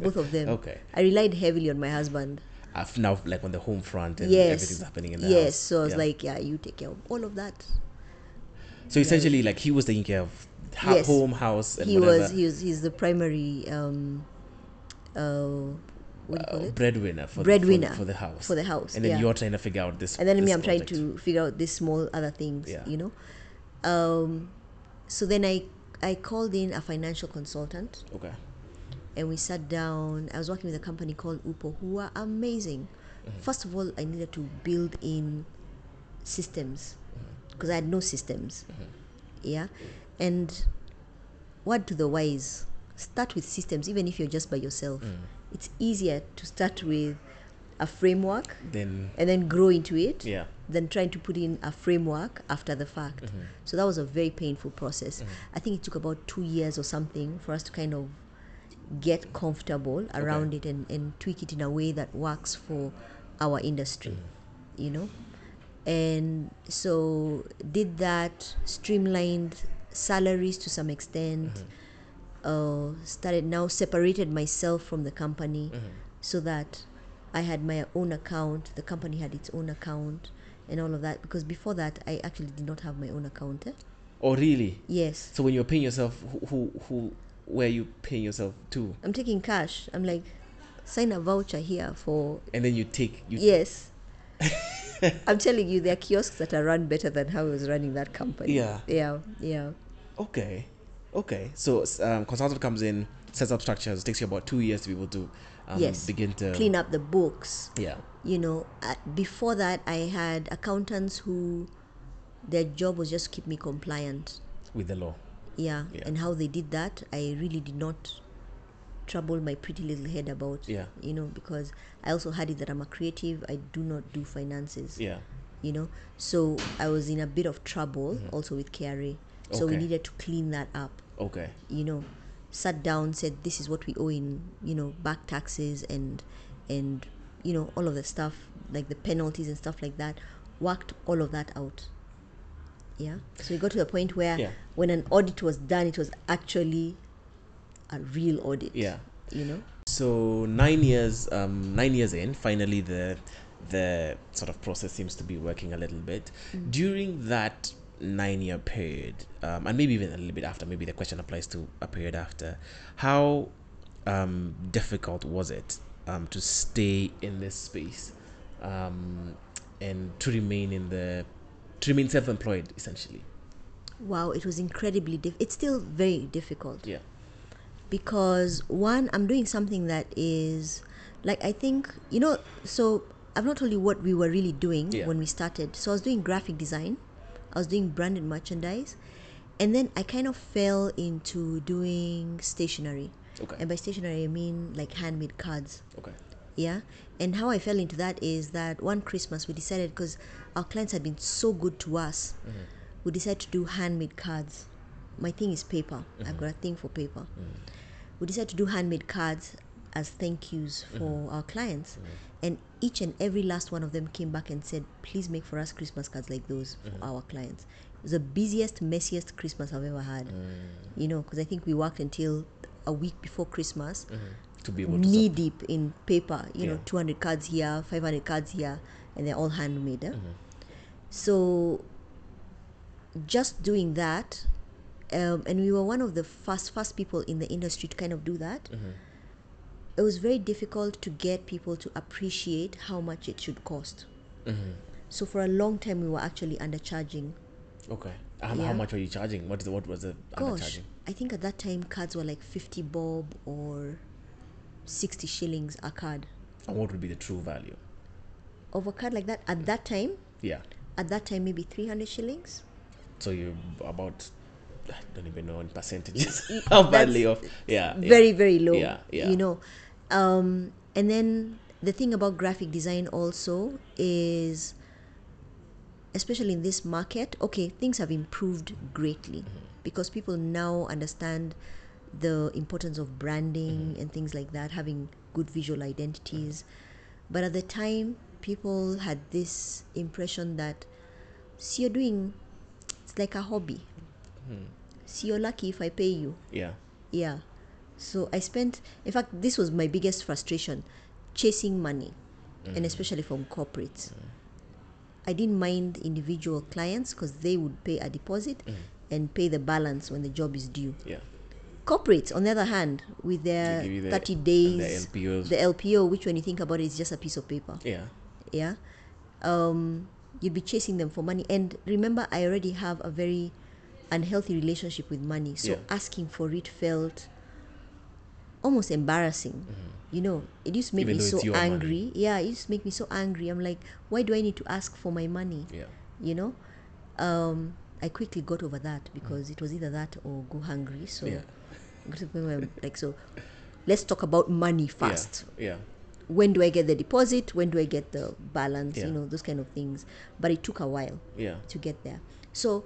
A: both of them.
B: Okay.
A: I relied heavily on my husband.
B: I've now like on the home front and
A: yes.
B: everything's happening in the
A: Yes,
B: house.
A: so I was
B: Yeah.
A: like, yeah, you take care of all of that.
B: so essentially like he was taking care of ha-
A: Yes.
B: home, house, and
A: He
B: whatever.
A: was he was he's the primary um uh what do you call
B: uh,
A: it?
B: breadwinner for the,
A: Breadwinner
B: for, for the house
A: for the house,
B: and then
A: yeah.
B: you're trying to figure out this
A: and then me
B: this
A: i'm trying
B: project.
A: to figure out these small other things
B: Yeah.
A: you know um, so then i i called in a financial consultant
B: okay
A: and we sat down i was working with a company called upo who are amazing first of all i needed to build in systems because i had no systems yeah and word to the wise start with systems even if you're just by yourself it's easier to start with a framework
B: then
A: and then grow into it
B: yeah
A: than trying to put in a framework after the fact. So that was a very painful process. I think it took about two years or something for us to kind of get comfortable around it and, and tweak it in a way that works for our industry, you know? And so did that, streamlined salaries to some extent, uh, started now, separated myself from the company so that I had my own account, the company had its own account, and all of that. Because before that, I actually did not have my own account. eh?
B: oh really
A: Yes.
B: so when you're paying yourself who who, who where are you paying yourself to
A: I'm taking cash. I'm like, sign a voucher here for.
B: and then you take you
A: Yes. I'm telling you, there are kiosks that are run better than how I was running that company.
B: Yeah.
A: Yeah. Yeah.
B: okay okay so um, consultant comes in sets up structures takes you about two years to be able to um,
A: Yes.
B: begin to
A: Clean up the books.
B: yeah
A: You know, uh, before that, I had accountants who their job was just keep me compliant.
B: with the law
A: yeah,
B: Yeah.
A: and how they did that i really did not trouble my pretty little head about
B: Yeah.
A: you know because i also had it that i'm a creative i do not do finances
B: yeah
A: you know so i was in a bit of trouble also with kra so we
B: Mm-hmm. Okay.
A: needed to clean that up
B: okay
A: you know sat down said this is what we owe in you know back taxes and and you know all of the stuff like the penalties and stuff like that worked all of that out yeah so we got to a point where
B: Yeah.
A: when an audit was done it was actually a real audit
B: yeah
A: you know
B: So nine years, um, nine years in, finally
A: Mm.
B: the the sort of process seems to be working a little bit. During that nine year period, um, and maybe even a little bit after, maybe the question applies to a period after, how um, difficult was it um, to stay in this space um, and to remain in the to remain self employed essentially?
A: Wow, it was incredibly diff. It's still very difficult.
B: Yeah.
A: because one i'm doing something that is like i think you know so i've not told you what we were really doing
B: Yeah.
A: when we started so i was doing graphic design i was doing branded merchandise and then i kind of fell into doing stationery
B: Okay.
A: and by stationery i mean like handmade cards
B: Okay.
A: yeah and how i fell into that is that one christmas we decided because our clients had been so good to us we decided to do handmade cards my thing is paper i've got a thing for paper we decided to do handmade cards as thank yous for our clients and each and every last one of them came back and said please make for us christmas cards like those for our clients it was the busiest messiest christmas i've ever had you know because i think we worked until a week before christmas
B: To be able to
A: knee deep in paper. You know,
B: Yeah.
A: 200 cards here, 500 cards here, and they're all handmade. eh?
B: Mm-hmm.
A: So, just doing that, um, and we were one of the first first people in the industry to kind of do that.
B: Mm-hmm.
A: It was very difficult to get people to appreciate how much it should cost.
B: Mm-hmm.
A: So for a long time, we were actually undercharging.
B: Okay. Um, How
A: Yeah.
B: much were you charging? What is the, what was the
A: Gosh,
B: undercharging?
A: I think at that time cards were like fifty bob or sixty shillings a card.
B: And what would be the true value?
A: of a card like that at that time
B: Yeah.
A: at that time maybe 300 shillings
B: So you're about I don't even know in
A: (laughs)
B: percentages how badly off. Yeah. yeah.
A: very very low
B: Yeah, yeah.
A: you know um, and then the thing about graphic design also is especially in this market okay things have improved greatly
B: Mm-hmm.
A: because people now understand the importance of branding
B: Mm-hmm.
A: and things like that having good visual identities
B: Mm-hmm.
A: but at the time people had this impression that see you're doing it's like a hobby
B: Mm-hmm.
A: see you're lucky if i pay you
B: Yeah.
A: yeah. So I spent, in fact, this was my biggest frustration chasing money,
B: Mm.
A: and especially from corporates. I didn't mind individual clients because they would pay a deposit
B: Mm.
A: and pay the balance when the job is due.
B: Yeah.
A: Corporates, on the other hand, with their
B: They give you the-
A: 30
B: and
A: uh, days,
B: The LPOs.
A: the LPO, which when you think about it is just a piece of paper
B: yeah.
A: yeah um you'd be chasing them for money and remember i already have a very unhealthy relationship with money so
B: Yeah.
A: asking for it felt almost embarrassing you know it used to make
B: Mm-hmm. Even
A: me
B: though
A: so
B: it's your money.
A: angry yeah it used to make me so angry i'm like why do i need to ask for my money
B: Yeah.
A: you know um i quickly got over that because it was either that or go hungry so
B: Yeah.
A: I got to the point where I'm (laughs) like so let's talk about money first
B: Yeah.
A: when do I get the deposit? When do I get the balance?
B: Yeah.
A: You know, those kind of things. But it took a while
B: Yeah.
A: to get there. So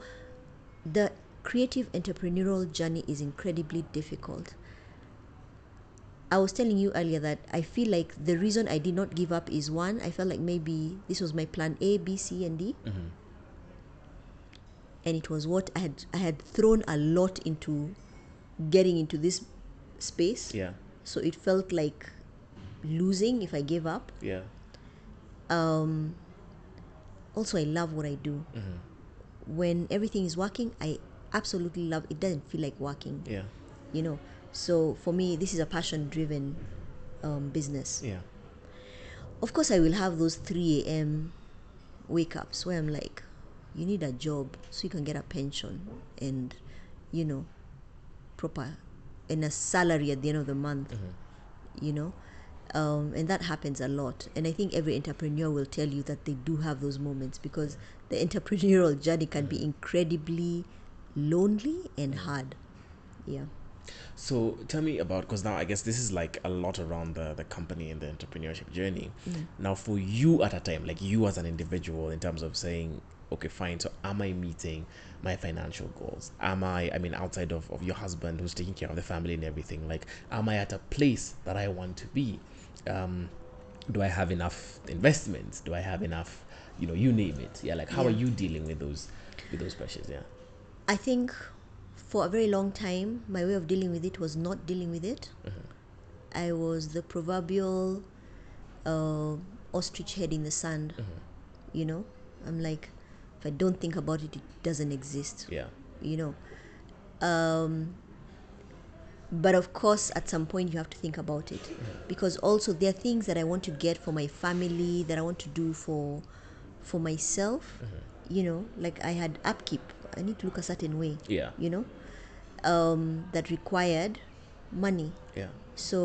A: the creative entrepreneurial journey is incredibly difficult. I was telling you earlier that I feel like the reason I did not give up is one, I felt like maybe this was my plan A, B, C, and D. And it was what I had I had thrown a lot into getting into this space.
B: Yeah.
A: So it felt like losing if I gave up.
B: Yeah.
A: Also, I love what I do. When everything is working, I absolutely love it. Doesn't feel like working,
B: Yeah.
A: you know. So for me, this is a passion-driven um, business.
B: Yeah.
A: Of course, I will have those three a.m. wake-ups where I'm like, "You need a job so you can get a pension and, you know, proper and a salary at the end of the month." you know um, and that happens a lot and i think every entrepreneur will tell you that they do have those moments because the (laughs) entrepreneurial journey can be incredibly lonely and hard yeah
B: So tell me about because now I guess this is like a lot around the the company and the entrepreneurship journey. Now for you at a time, like you as an individual, in terms of saying, okay, fine. So am I meeting my financial goals? Am I? I mean, outside of of your husband who's taking care of the family and everything, like, am I at a place that I want to be? Um, do I have enough investments? Do I have enough? You know, you name it. Yeah, like how are
A: Yeah.
B: you dealing with those with those pressures? Yeah.
A: i think for a very long time my way of dealing with it was not dealing with it i was the proverbial uh, ostrich head in the sand you know i'm like If I don't think about it, it doesn't exist.
B: Yeah.
A: You know. Um, but of course, at some point, you have to think about it because also there are things that I want to get for my family that I want to do for for myself. You know, like I had upkeep. I need to look a certain way.
B: Yeah.
A: You know, um, that required money.
B: Yeah.
A: So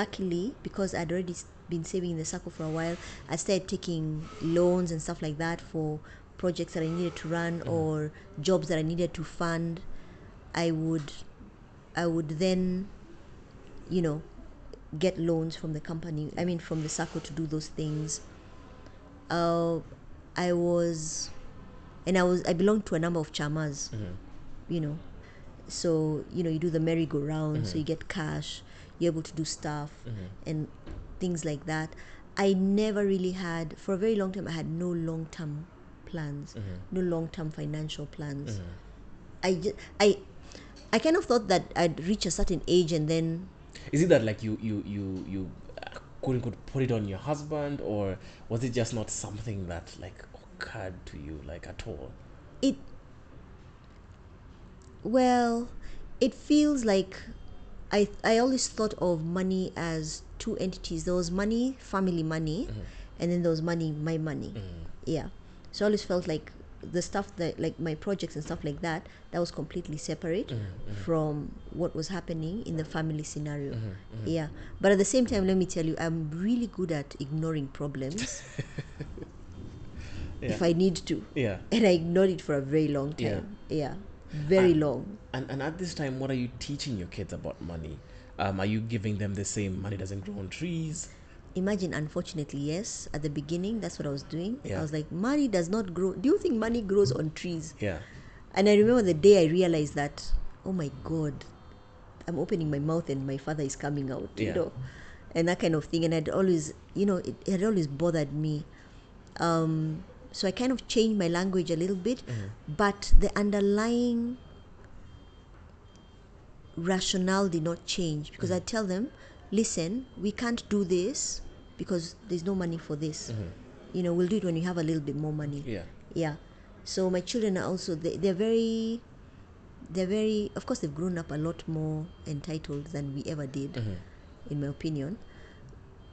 A: luckily, because I'd already s- been saving in the circle for a while, I started taking loans and stuff like that for projects that I needed to run or jobs that I needed to fund. I would, I would then, you know, get loans from the company. I mean, from the circle to do those things. Uh, I was, and I was, I belonged to a number of chamas you know so you know you do the merry-go-round so you get cash you're able to do stuff and things like that i never really had for a very long time i had no long-term plans no long-term financial plans i just i i kind of thought that i'd reach a certain age and then
B: Is it that like you you you you uh, quote unquote put it on your husband, or was it just not something that like occurred to you like at all?
A: it well it feels like i i always thought of money as two entities there was money family money and then there was money my money yeah so i always felt like the stuff that like my projects and stuff like that that was completely separate from what was happening in the family scenario yeah but at the same time let me tell you i'm really good at ignoring problems
B: Yeah.
A: if i need to
B: Yeah.
A: and I ignored it for a very long
B: Yeah.
A: time. Yeah, very
B: And-
A: long.
B: And and at this time, what are you teaching your kids about money? Um, are you giving them the same money doesn't grow on trees?
A: Imagine, unfortunately, yes, at the beginning, that's what I was doing.
B: Yeah.
A: I was like, money does not grow. Do you think money grows on trees?
B: Yeah.
A: And I remember the day I realized that, oh my God, I'm opening my mouth and my father is coming out, you know,
B: Yeah.
A: and that kind of thing. And I'd always, you know, it, it had always bothered me. Um, so I kind of changed my language a little bit, but the underlying rationale did not change because I tell them, listen, we can't do this because there's no money for this. You know, we'll do it when we have a little bit more money
B: Yeah.
A: yeah so my children are also they, they're very they're very of course they've grown up a lot more entitled than we ever did in my opinion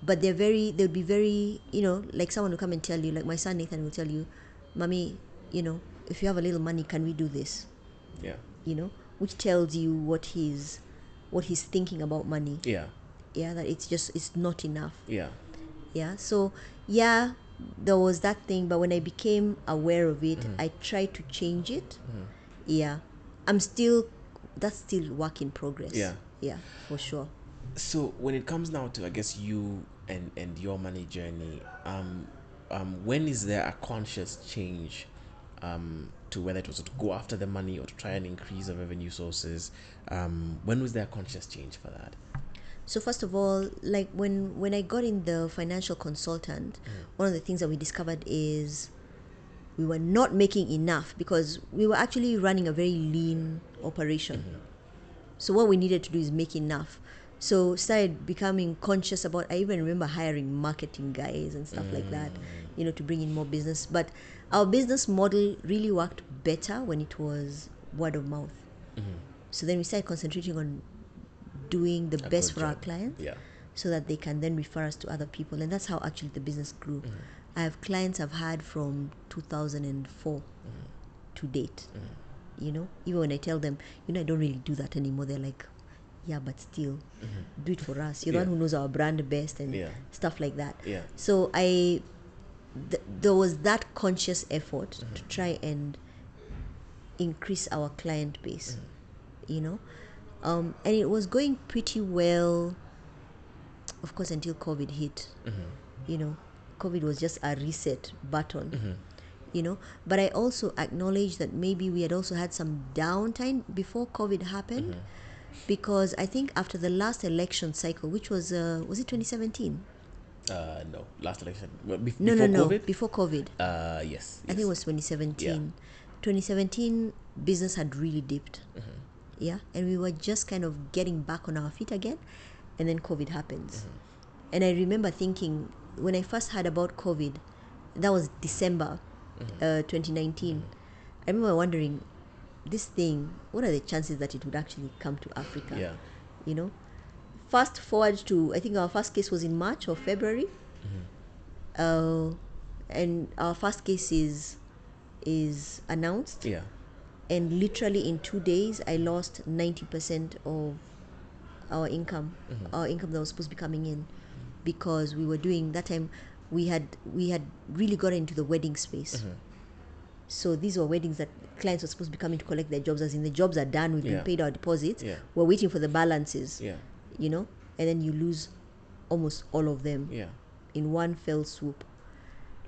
A: but they're very they'll be very you know like someone will come and tell you like my son nathan will tell you mommy you know if you have a little money can we do this
B: Yeah.
A: you know which tells you what he's what he's thinking about money
B: Yeah.
A: yeah that it's just it's not enough
B: Yeah.
A: yeah so yeah there was that thing but when i became aware of it i tried to change it yeah i'm still that's still work in progress
B: Yeah.
A: yeah for sure
B: so when it comes now to i guess you and and your money journey um um when is there a conscious change um to whether it was to go after the money or to try and increase the revenue sources um when was there a conscious change for that
A: so first of all like when when i got in the financial consultant one of the things that we discovered is we were not making enough because we were actually running a very lean operation
B: Mm-hmm.
A: so what we needed to do is make enough so started becoming conscious about i even remember hiring marketing guys and stuff like that
B: Mm.
A: you know to bring in more business but our business model really worked better when it was word of mouth
B: Mm-hmm.
A: so then we started concentrating on doing the
B: A
A: best
B: good
A: for our
B: job.
A: clients
B: yeah
A: so that they can then refer us to other people and that's how actually the business grew
B: Mm-hmm.
A: i have clients i've had from 2004
B: Mm-hmm.
A: to date you know even when i tell them you know i don't really do that anymore they're like yeah but still do it for us you're the
B: Mm-hmm. Yeah.
A: one who knows our brand best and
B: Yeah.
A: stuff like that
B: Yeah.
A: so i th- there was that conscious effort to try and increase our client base you know um, and it was going pretty well of course until covid hit you know covid was just a reset button you know but i also acknowledge that maybe we had also had some downtime before covid happened because i think after the last election cycle which was uh, was it 2017
B: uh no last election well, bef-
A: no
B: before
A: no no
B: covid
A: before covid
B: uh yes,
A: I think it was 2017. 2017, business had really dipped.
B: Mm-hmm.
A: Yeah. And we were just kind of getting back on our feet again. And then COVID happens.
B: Mm-hmm.
A: And I remember thinking when I first heard about COVID, that was December.
B: Mm-hmm.
A: uh, 2019, I remember wondering, this thing, what are the chances that it would actually come to Africa?
B: Yeah.
A: You know, fast forward to I think our first case was in March or February,
B: Mm-hmm.
A: uh, and our first case is is announced,
B: Yeah.
A: and literally in two days, I lost 90% of our income,
B: Mm-hmm.
A: our income that was supposed to be coming in, because we were doing that time. We had we had really got into the wedding space.
B: Mm-hmm.
A: So these were weddings that clients were supposed to be coming to collect their jobs. As in, the jobs are done. We've
B: Yeah.
A: been paid our deposits.
B: Yeah.
A: We're waiting for the balances.
B: Yeah.
A: You know, and then you lose almost all of them
B: Yeah.
A: in one fell swoop.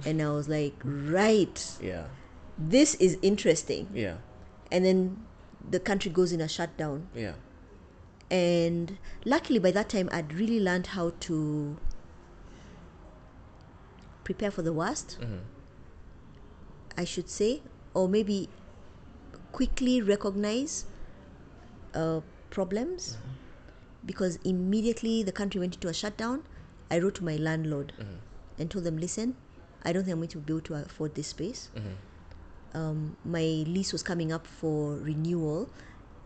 A: And I was like, right,
B: Yeah.
A: this is interesting.
B: Yeah.
A: And then the country goes in a shutdown.
B: Yeah.
A: And luckily, by that time, I'd really learned how to prepare for the worst, I should say, or maybe quickly recognize uh, problems. Because immediately the country went into a shutdown, I wrote to my landlord and told them, listen, I don't think I'm going to be able to afford this space. Um, my lease was coming up for renewal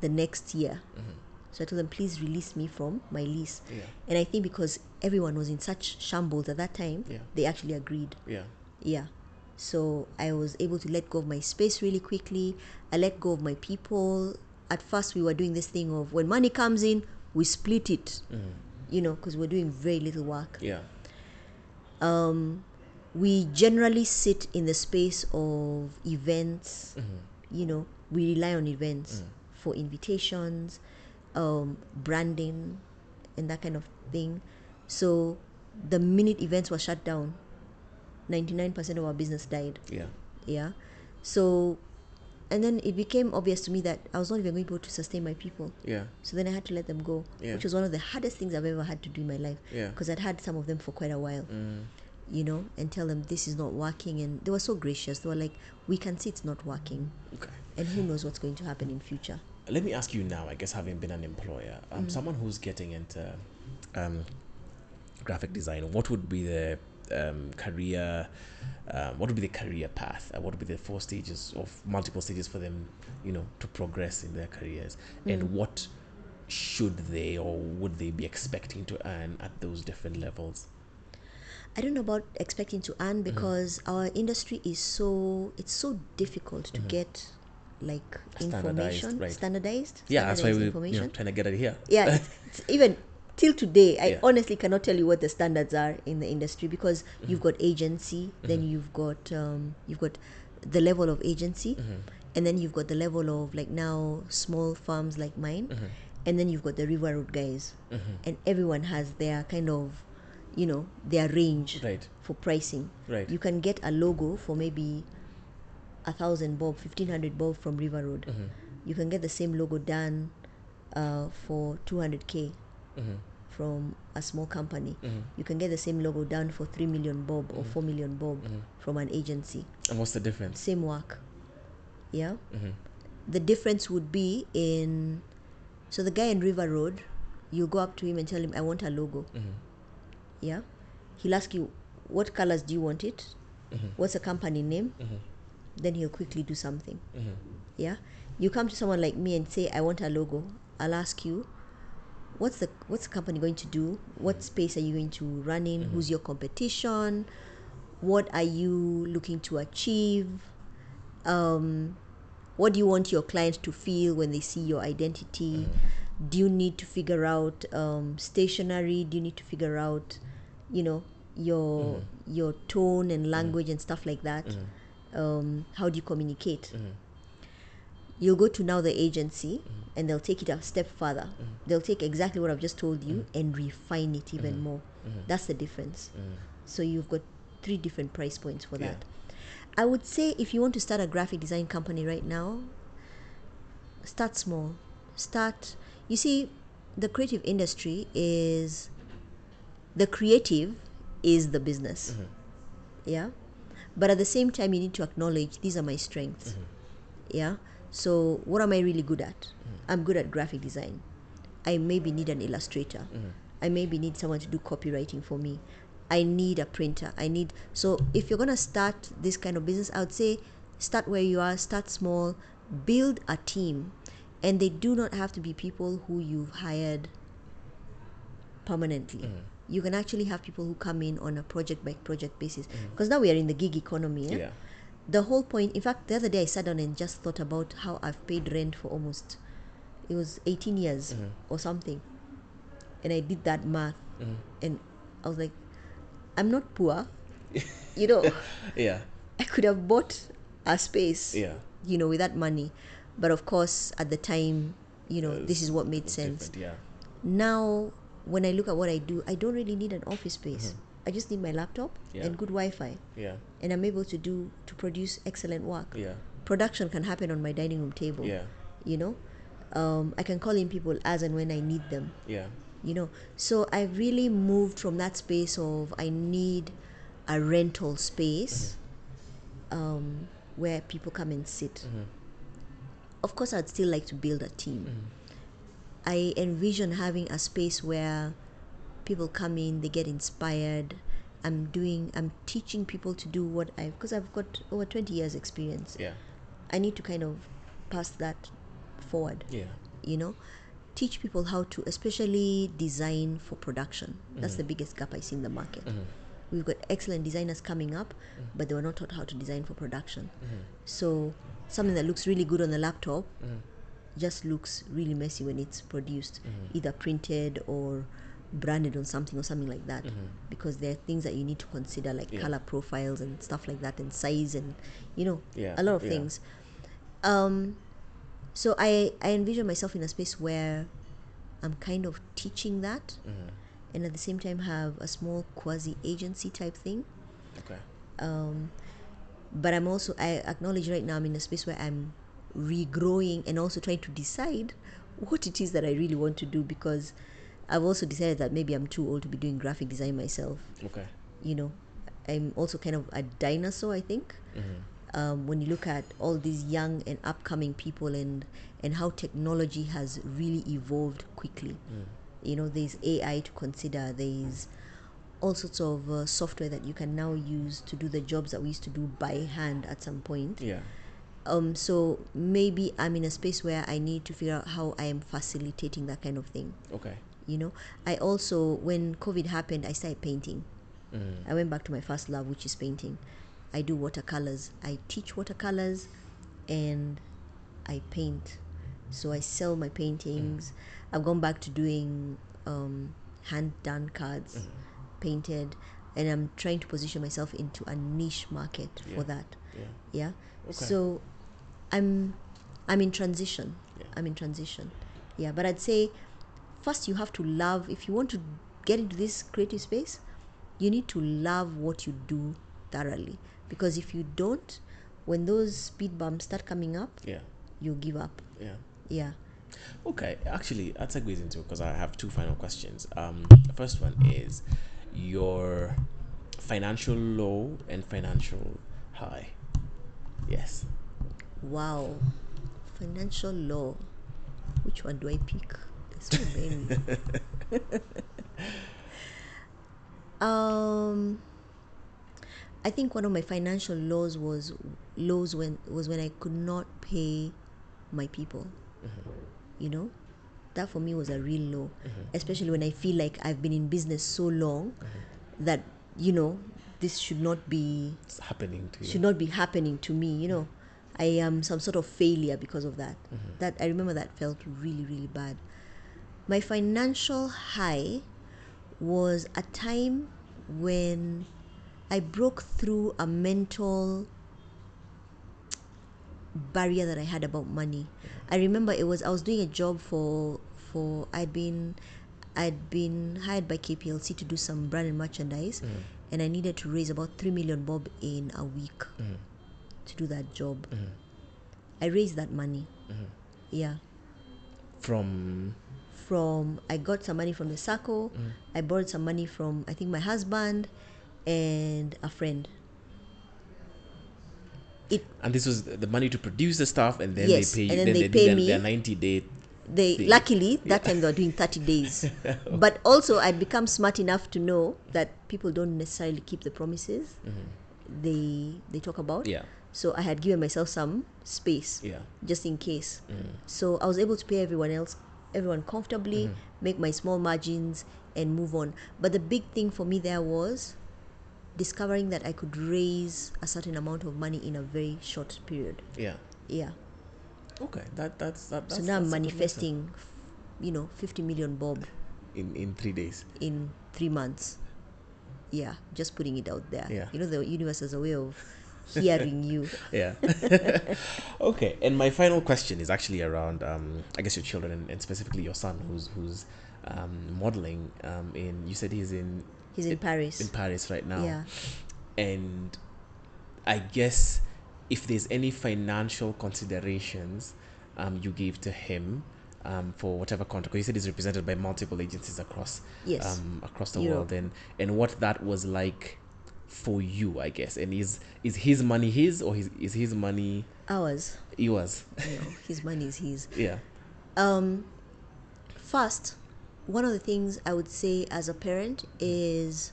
A: the next year. So I told them, please release me from my lease.
B: Yeah.
A: And I think because everyone was in such shambles at that time,
B: Yeah.
A: they actually agreed.
B: Yeah.
A: Yeah. So I was able to let go of my space really quickly. I let go of my people. At first, we were doing this thing of when money comes in, we split it, you know, because we're doing very little work.
B: Yeah.
A: We generally sit in the space of events, you know, we rely on events for invitations, um, branding, and that kind of thing. So the minute events were shut down, 99% of our business died.
B: Yeah.
A: yeah so and then it became obvious to me that i was not even going to be able to sustain my people
B: Yeah.
A: so then i had to let them go
B: Yeah.
A: which was one of the hardest things i've ever had to do in my life
B: Yeah. Mm.
A: because i'd had some of them for quite a while you know and tell them this is not working and they were so gracious they were like we can see it's not working
B: Okay.
A: and who knows what's going to happen in future
B: Let me ask you now. I guess having been an employer, um,
A: Mm.
B: someone who's getting into um, graphic design, what would be the um, career? Um, what would be the career path? Uh, what would be the four stages of multiple stages for them, you know, to progress in their careers?
A: Mm.
B: And what should they or would they be expecting to earn at those different levels?
A: I don't know about expecting to earn
B: Mm-hmm.
A: because our industry is so it's so difficult to get like
B: Mm-hmm. Standardized,
A: information
B: right.
A: standardized.
B: Yeah, that's why
A: standardized
B: we you know, trying to get it here.
A: yeah, it's, it's even till today, I
B: Yeah.
A: honestly cannot tell you what the standards are in the industry because you've got agency, then you've got um, you've got the level of agency, and then you've got the level of like now small firms like mine, and then you've got the River Road guys, and everyone has their kind of, you know, their range
B: (laughs) Right.
A: for pricing.
B: Right.
A: You can get a logo for maybe a thousand bob, fifteen hundred bob from River Road.
B: Mm-hmm.
A: You can get the same logo done uh, for two hundred k
B: Mm-hmm.
A: from a small company. You can get the same logo done for three million bob or
B: Mm-hmm.
A: four million bob from an agency.
B: And what's the difference?
A: Same work, yeah. The difference would be in so the guy in River Road, you go up to him and tell him, "I want a logo." Yeah, he'll ask you, "What colors do you want it? What's the company name?" Then he'll quickly do something. Yeah, you come to someone like me and say, "I want a logo." I'll ask you, "What's the what's the company going to do? What space are you going to run in? Who's your competition? What are you looking to achieve?" Um, what do you want your client to feel when they see your identity do you need to figure out um, stationery do you need to figure out you know your your tone and language and stuff like that um, how do you communicate you'll go to now the agency and they'll take it a step further they'll take exactly what i've just told you and refine it even more that's the difference so you've got three different price points for
B: Yeah.
A: that I would say if you want to start a graphic design company right now, start small. Start. You see, the creative industry is the creative is the business. Yeah. But at the same time, you need to acknowledge these are my strengths. Yeah. So, what am I really good at? I'm good at graphic design. I maybe need an illustrator. I maybe need someone to do copywriting for me. I need a printer. I need so if you're gonna start this kind of business, I would say start where you are, start small, build a team, and they do not have to be people who you've hired permanently. You can actually have people who come in on a project by project basis because now we are in the gig economy. eh?
B: Yeah.
A: The whole point. In fact, the other day I sat down and just thought about how I've paid rent for almost it was 18 years
B: Mm-hmm.
A: or something, and I did that math, and I was like, I'm not
B: (laughs)
A: poor, you know.
B: Yeah.
A: I could have bought a space,
B: Yeah.
A: you know, with that money. But of course, at the time, you know,
B: Uh,
A: this is what made sense.
B: Different, Yeah.
A: Now, when I look at what I do, I don't really need an office space. I just need my laptop
B: Mm-hmm. Yeah.
A: and good Wi-Fi,
B: Yeah.
A: and I'm able to do to produce excellent work.
B: Yeah.
A: Production can happen on my dining room table.
B: Yeah.
A: You know, um, I can call in people as and when I need them
B: Yeah.
A: you know so i really moved from that space of i need a rental space um, where people come and sit of course i'd still like to build a team i envision having a space where people come in they get inspired i'm doing i'm teaching people to do what i because i've got over 20 years experience
B: Yeah.
A: i need to kind of pass that forward
B: Yeah.
A: you know teach people how to especially design for production that's the biggest gap i see in the market we've got excellent designers coming up
B: Mm-hmm.
A: but they were not taught how to design for production so something that looks really good on the laptop
B: Mm-hmm.
A: just looks really messy when it's produced
B: Mm-hmm.
A: either printed or branded on something or something like that because there are things that you need to consider like
B: Mm-hmm.
A: color
B: Yeah.
A: profiles and stuff like that and size and you know
B: Yeah,
A: a lot of
B: yeah.
A: things um so I, I envision myself in a space where I'm kind of teaching that and at the same time have a small quasi agency type thing.
B: Okay.
A: But I'm also, I acknowledge right now I'm in a space where I'm regrowing and also trying to decide what it is that I really want to do because I've also decided that maybe I'm too old to be doing graphic design myself.
B: Okay.
A: You know, I'm also kind of a dinosaur, I think. um, when you look at all these young and upcoming people and and how technology has really evolved quickly. You know, there's AI to consider. There's all sorts of uh, software that you can now use to do the jobs that we used to do by hand at some point.
B: Yeah.
A: Um, so maybe I'm in a space where I need to figure out how I am facilitating that kind of thing
B: Okay.
A: you know i also when covid happened i started painting i went back to my first love which is painting i do watercolors i teach watercolors and i paint so i sell my paintings i've gone back to doing um, hand done cards painted and i'm trying to position myself into a niche market
B: Yeah.
A: for that
B: Yeah.
A: yeah
B: Okay.
A: so i'm i'm in transition
B: Yeah.
A: i'm in transition yeah but i'd say first you have to love if you want to get into this creative space you need to love what you do thoroughly because if you don't when those speed bumps start coming up
B: Yeah.
A: you'll give up
B: Yeah.
A: yeah
B: Okay, actually, that segues into because I have two final questions. Um, the first one is your financial low and financial high. Yes.
A: wow financial law which one do i pick there's so many um i think one of my financial laws was lows when was when i could not pay my people you know that for me was a real low especially when i feel like i've been in business so long that you know this should not be
B: It's happening to you.
A: should not be happening to me you know i am some sort of failure because of that that i remember that felt really really bad my financial high was a time when i broke through a mental barrier that i had about money i remember it was i was doing a job for for i'd been i'd been hired by kplc to do some brand and merchandise and i needed to raise about 3 million bob in a week to do that job i raised that money yeah
B: From
A: from I got some money from the SACO, I borrowed some money from I think my husband and a friend. It
B: and this was the money to produce the stuff, and then
A: Yes,
B: they
A: and
B: pay.
A: then
B: then
A: they
B: do
A: pay
B: their,
A: me.
B: their ninety day
A: they luckily that time they were doing 30
B: (laughs)
A: days but also i'd become smart enough to know that people don't necessarily keep the promises they they talk about
B: Mm-hmm. Yeah.
A: so i had given myself some space
B: Yeah. Mm-hmm.
A: just in case so i was able to pay everyone else everyone comfortably
B: Mm-hmm.
A: make my small margins and move on but the big thing for me there was discovering that i could raise a certain amount of money in a very short period
B: Yeah.
A: yeah
B: Okay. That that's that, that's
A: so now I'm
B: that's a good lesson.
A: manifesting, f- you know, 50 million bob
B: in in three days.
A: in three months. Yeah, just putting it out there.
B: Yeah.
A: You know, the universe has a way of hearing
B: (laughs)
A: you.
B: Yeah. okay. And my final question is actually around, um, I guess your children and, and specifically your son, who's who's um, modeling. Um, in you said he's in
A: He's in Paris.
B: in Paris right now.
A: Yeah.
B: And I guess if there's any financial considerations um, you gave to him um, for whatever contract, 'cause you said he's represented by multiple agencies across
A: Yes.
B: um, across the
A: Europe.
B: world, and and what that was like for you, I guess. And is is his money his or his, is his money
A: Ours,
B: yours?
A: you know, his money is his.
B: (laughs) yeah.
A: Um, first, one of the things I would say as a parent is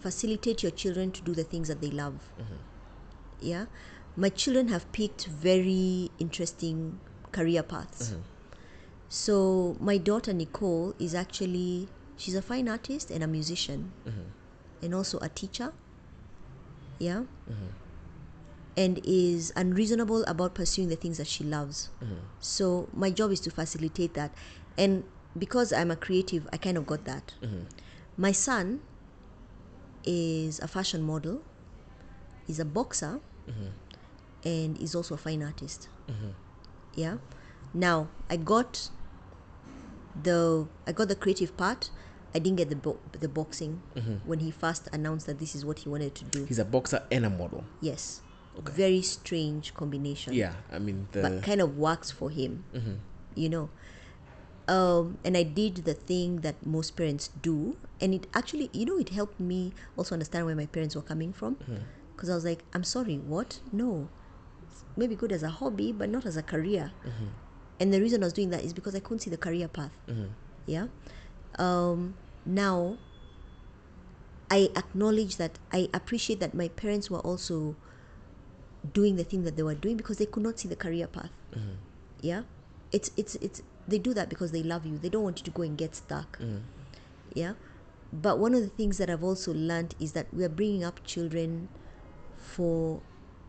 A: facilitate your children to do the things that they love. Yeah, my children have picked very interesting career paths. So my daughter Nicole is actually she's a fine artist and a musician, and also a teacher. Yeah. And is unreasonable about pursuing the things that she loves. So my job is to facilitate that, and because I'm a creative, I kind of got that. My son is a fashion model, is a boxer, and is also a fine artist. Yeah. Now I got the I got the creative part. I didn't get the bo- the boxing when he first announced that this is what he wanted to do.
B: He's a boxer and a model.
A: yes. Very strange combination
B: Yeah. I mean the
A: but kind of works for him, you know. Um, and I did the thing that most parents do, and it actually, you know, it helped me also understand where my parents were coming from, because I was like, I'm sorry, what? No, It's maybe good as a hobby, but not as a career. And the reason I was doing that is because I couldn't see the career path. Yeah. Um, now, I acknowledge that I appreciate that my parents were also doing the thing that they were doing because they could not see the career path. Yeah, it's it's it's they do that because they love you. They don't want you to go and get stuck. Yeah, but one of the things that I've also learned is that we are bringing up children for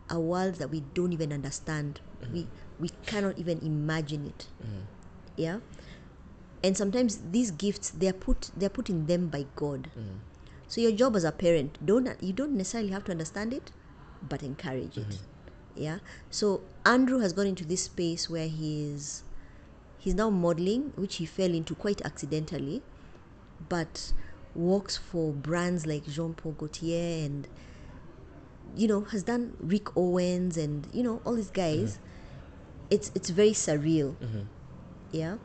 A: a world that we don't even understand. We we cannot even imagine it. Yeah, and sometimes these gifts they are put they are put in them by God. So your job as a parent, don't you don't necessarily have to understand it, but encourage it. Yeah. So Andrew has got into this space where he's he's now modeling, which he fell into quite accidentally, but works for brands like Jean Paul Gaultier and you know has done Rick Owens and you know all these guys. It's it's very surreal. Yeah.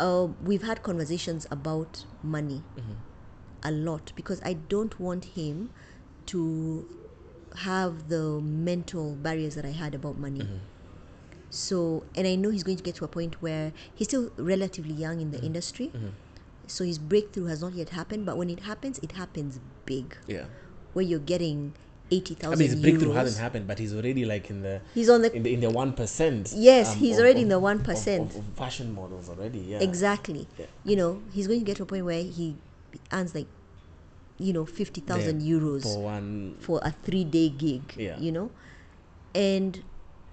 A: Uh, we've had conversations about money a lot because I don't want him to have the mental barriers that I had about money. So, and I know he's going to get to a point where he's still relatively young in the industry. So his breakthrough has not yet happened, but when it happens, it happens big,
B: yeah.
A: where you're getting eighty
B: I
A: thousand.
B: mean, his breakthrough hasn't happened, but he's already like in the
A: He's on the
B: in the in the one percent. um,
A: Yes, he's already in the 1%.
B: of, of fashion models already. Yeah,
A: Exactly.
B: uh, Yeah.
A: You know, he's going to get to a point where he earns like, you know, 50,000
B: Yeah,
A: euros
B: for one.
A: for a three day gig,
B: Yeah.
A: you know? And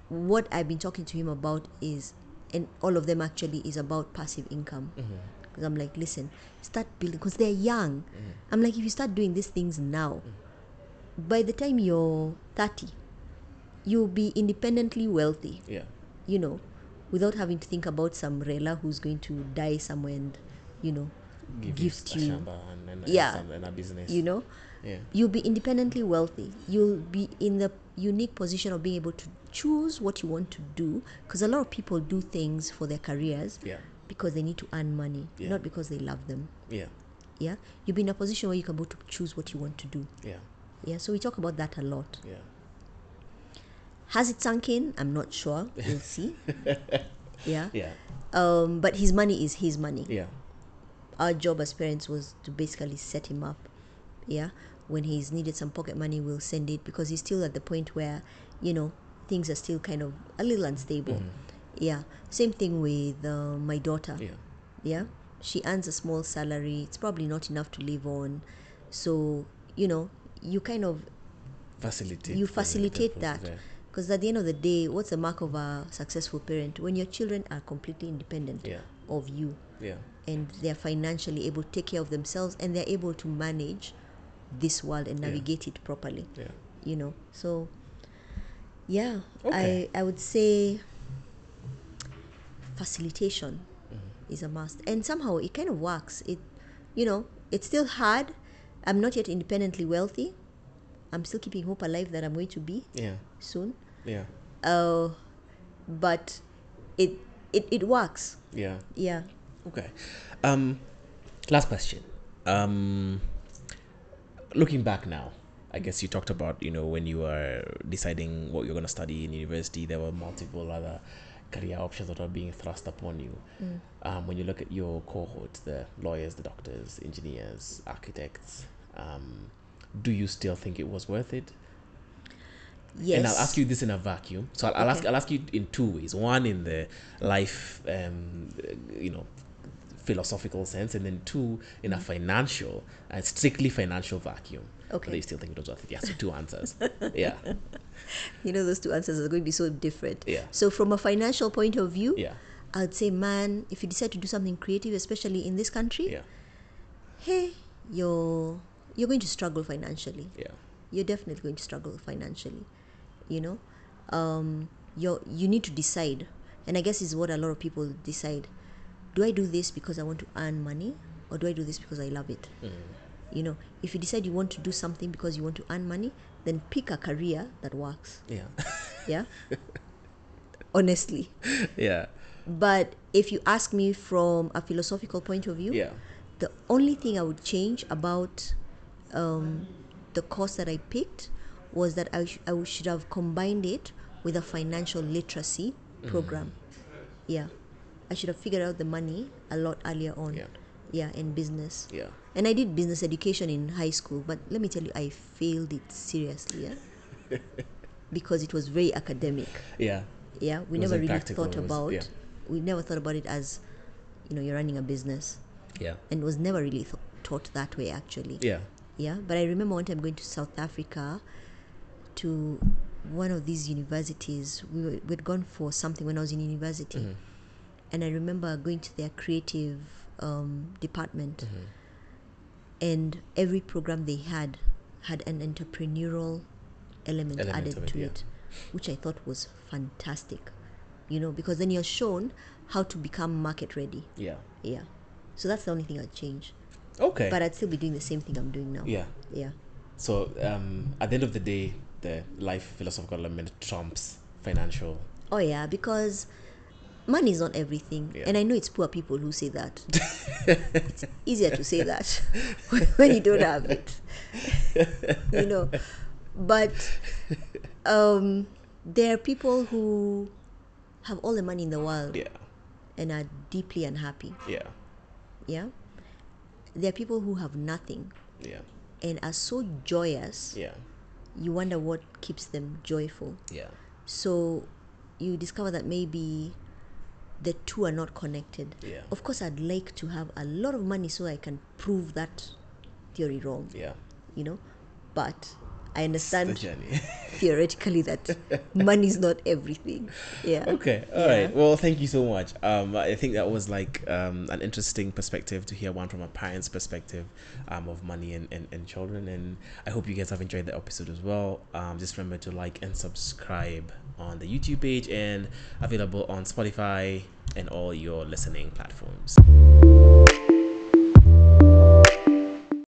A: what I've been talking to him about is, and all of them actually, is about passive income.
B: Mm-hmm.
A: Because I'm like, listen, start building, because they're young. I'm like, if you start doing these things now,
B: Mm-hmm.
A: by the time you're 30, you'll be independently wealthy
B: Yeah,
A: you know, without having to think about some rela who's going to die somewhere and, you know,
B: give,
A: gift
B: you a
A: you,
B: shamba and, and,
A: Yeah.
B: and, some- and a business.
A: you know,
B: Yeah,
A: you'll be independently wealthy. You'll be in the unique position of being able to choose what you want to do because a lot of people do things for their careers
B: yeah,
A: because they need to earn money,
B: Yeah.
A: not because they love them.
B: yeah,
A: Yeah, you'll be in a position where you can be able to choose what you want to do.
B: yeah,
A: Yeah, so we talk about that a lot.
B: yeah. (laughs)
A: Has it sunk in? I'm not sure. We'll see. yeah
B: yeah,
A: um, but his money is his money
B: yeah,
A: our job as parents was to basically set him up yeah when he's needed some pocket money we'll send it because he's still at the point where you know things are still kind of a little unstable yeah same thing with uh, my daughter
B: Mm-hmm. yeah,
A: yeah she earns a small salary it's probably not enough to live on so you know you kind of
B: facilitate.
A: you
B: the- the
A: facilitate
B: process,
A: that
B: yeah.
A: because at the end of the day what's the mark of a successful parent when your children are completely independent
B: Yeah.
A: of you
B: Yeah,
A: and they're financially able to take care of themselves and they're able to manage this world and
B: Yeah.
A: navigate it properly
B: yeah,
A: you know so yeah
B: Okay.
A: i i would say facilitation
B: Mm-hmm.
A: is a must and somehow it kind of works it you know it's still hard i'm not yet independently wealthy i'm still keeping hope alive that i'm going to be
B: yeah,
A: soon
B: yeah,
A: uh, but it, it it works
B: yeah.
A: yeah
B: Okay. Um, last question. Um, looking back now, I guess you talked about you know when you were deciding what you're going to study in university, there were multiple other career options that were being thrust upon you. Um, when you look at your cohort, the lawyers, the doctors, engineers, architects, um, do you still think it was worth it?
A: yes
B: And I'll ask you this in a vacuum. So I'll, I'll ask
A: Okay.
B: I'll ask you in two ways. One in the life, um, you know, philosophical sense, and then two in
A: Mm-hmm.
B: a financial, a strictly financial vacuum. Whether
A: okay
B: you still think it was worth it? Yeah. So
A: (laughs)
B: two answers. yeah.
A: you know those two answers are going to be so different
B: Yeah.
A: so from a financial point of view
B: Yeah.
A: i'd say man if you decide to do something creative especially in this country
B: Yeah.
A: hey you're you're going to struggle financially
B: Yeah.
A: you're definitely going to struggle financially you know um you you need to decide and i guess is what a lot of people decide do i do this because i want to earn money or do i do this because i love it
B: Mm.
A: you know if you decide you want to do something because you want to earn money then pick a career that works
B: Yeah. (laughs)
A: yeah honestly
B: yeah.
A: but if you ask me from a philosophical point of view
B: Yeah.
A: the only thing i would change about um, the course that i picked was that i, sh- I should have combined it with a financial literacy
B: Mm-hmm.
A: program yeah i should have figured out the money a lot earlier on
B: Yeah.
A: yeah and business
B: Yeah.
A: and I did business education in high school, but let me tell you, I failed it seriously, yeah?
B: (laughs)
A: because it was very academic.
B: Yeah.
A: Yeah, we
B: It was
A: never really
B: impractical,
A: thought
B: it was-
A: about
B: yeah.
A: we never thought about it as you know you're running a business,
B: Yeah.
A: and it was never really th- taught that way actually.
B: Yeah.
A: Yeah, but I remember one time going to South Africa to one of these universities. We were, we'd gone for something when I was in university,
B: Mm-hmm.
A: and I remember going to their creative um, department,
B: Mm-hmm.
A: and every program they had had an entrepreneurial element,
B: Element
A: added
B: of it,
A: to
B: yeah.
A: it, which I thought was fantastic. You know, because then you're shown how to become market ready.
B: Yeah.
A: Yeah. So that's the only thing I'd change.
B: Okay.
A: But I'd still be doing the same thing I'm doing now.
B: yeah.
A: Yeah.
B: So um, at the end of the day, the life philosophical element trumps financial.
A: Oh yeah, because money is not everything,
B: Yeah.
A: and I know it's poor people who say that. it's easier to say that (laughs) when you don't have it, you know. But um, there are people who have all the money in the world
B: Yeah.
A: and are deeply unhappy.
B: Yeah.
A: Yeah, there are people who have nothing
B: Yeah.
A: and are so joyous.
B: Yeah.
A: You wonder what keeps them joyful.
B: Yeah.
A: So you discover that maybe the two are not connected.
B: Yeah.
A: Of course, I'd like to have a lot of money so I can prove that theory wrong,
B: Yeah.
A: you know, but I
B: The
A: understand
B: journey. (laughs)
A: theoretically that money is not everything. Yeah.
B: okay. all right. Well, thank you so much. Um, I think that was like um, an interesting perspective to hear one from a parent's perspective um, of money and, and, and children. And I hope you guys have enjoyed the episode as well. Um, just remember to like and subscribe on the YouTube page and available on Spotify and all your listening platforms.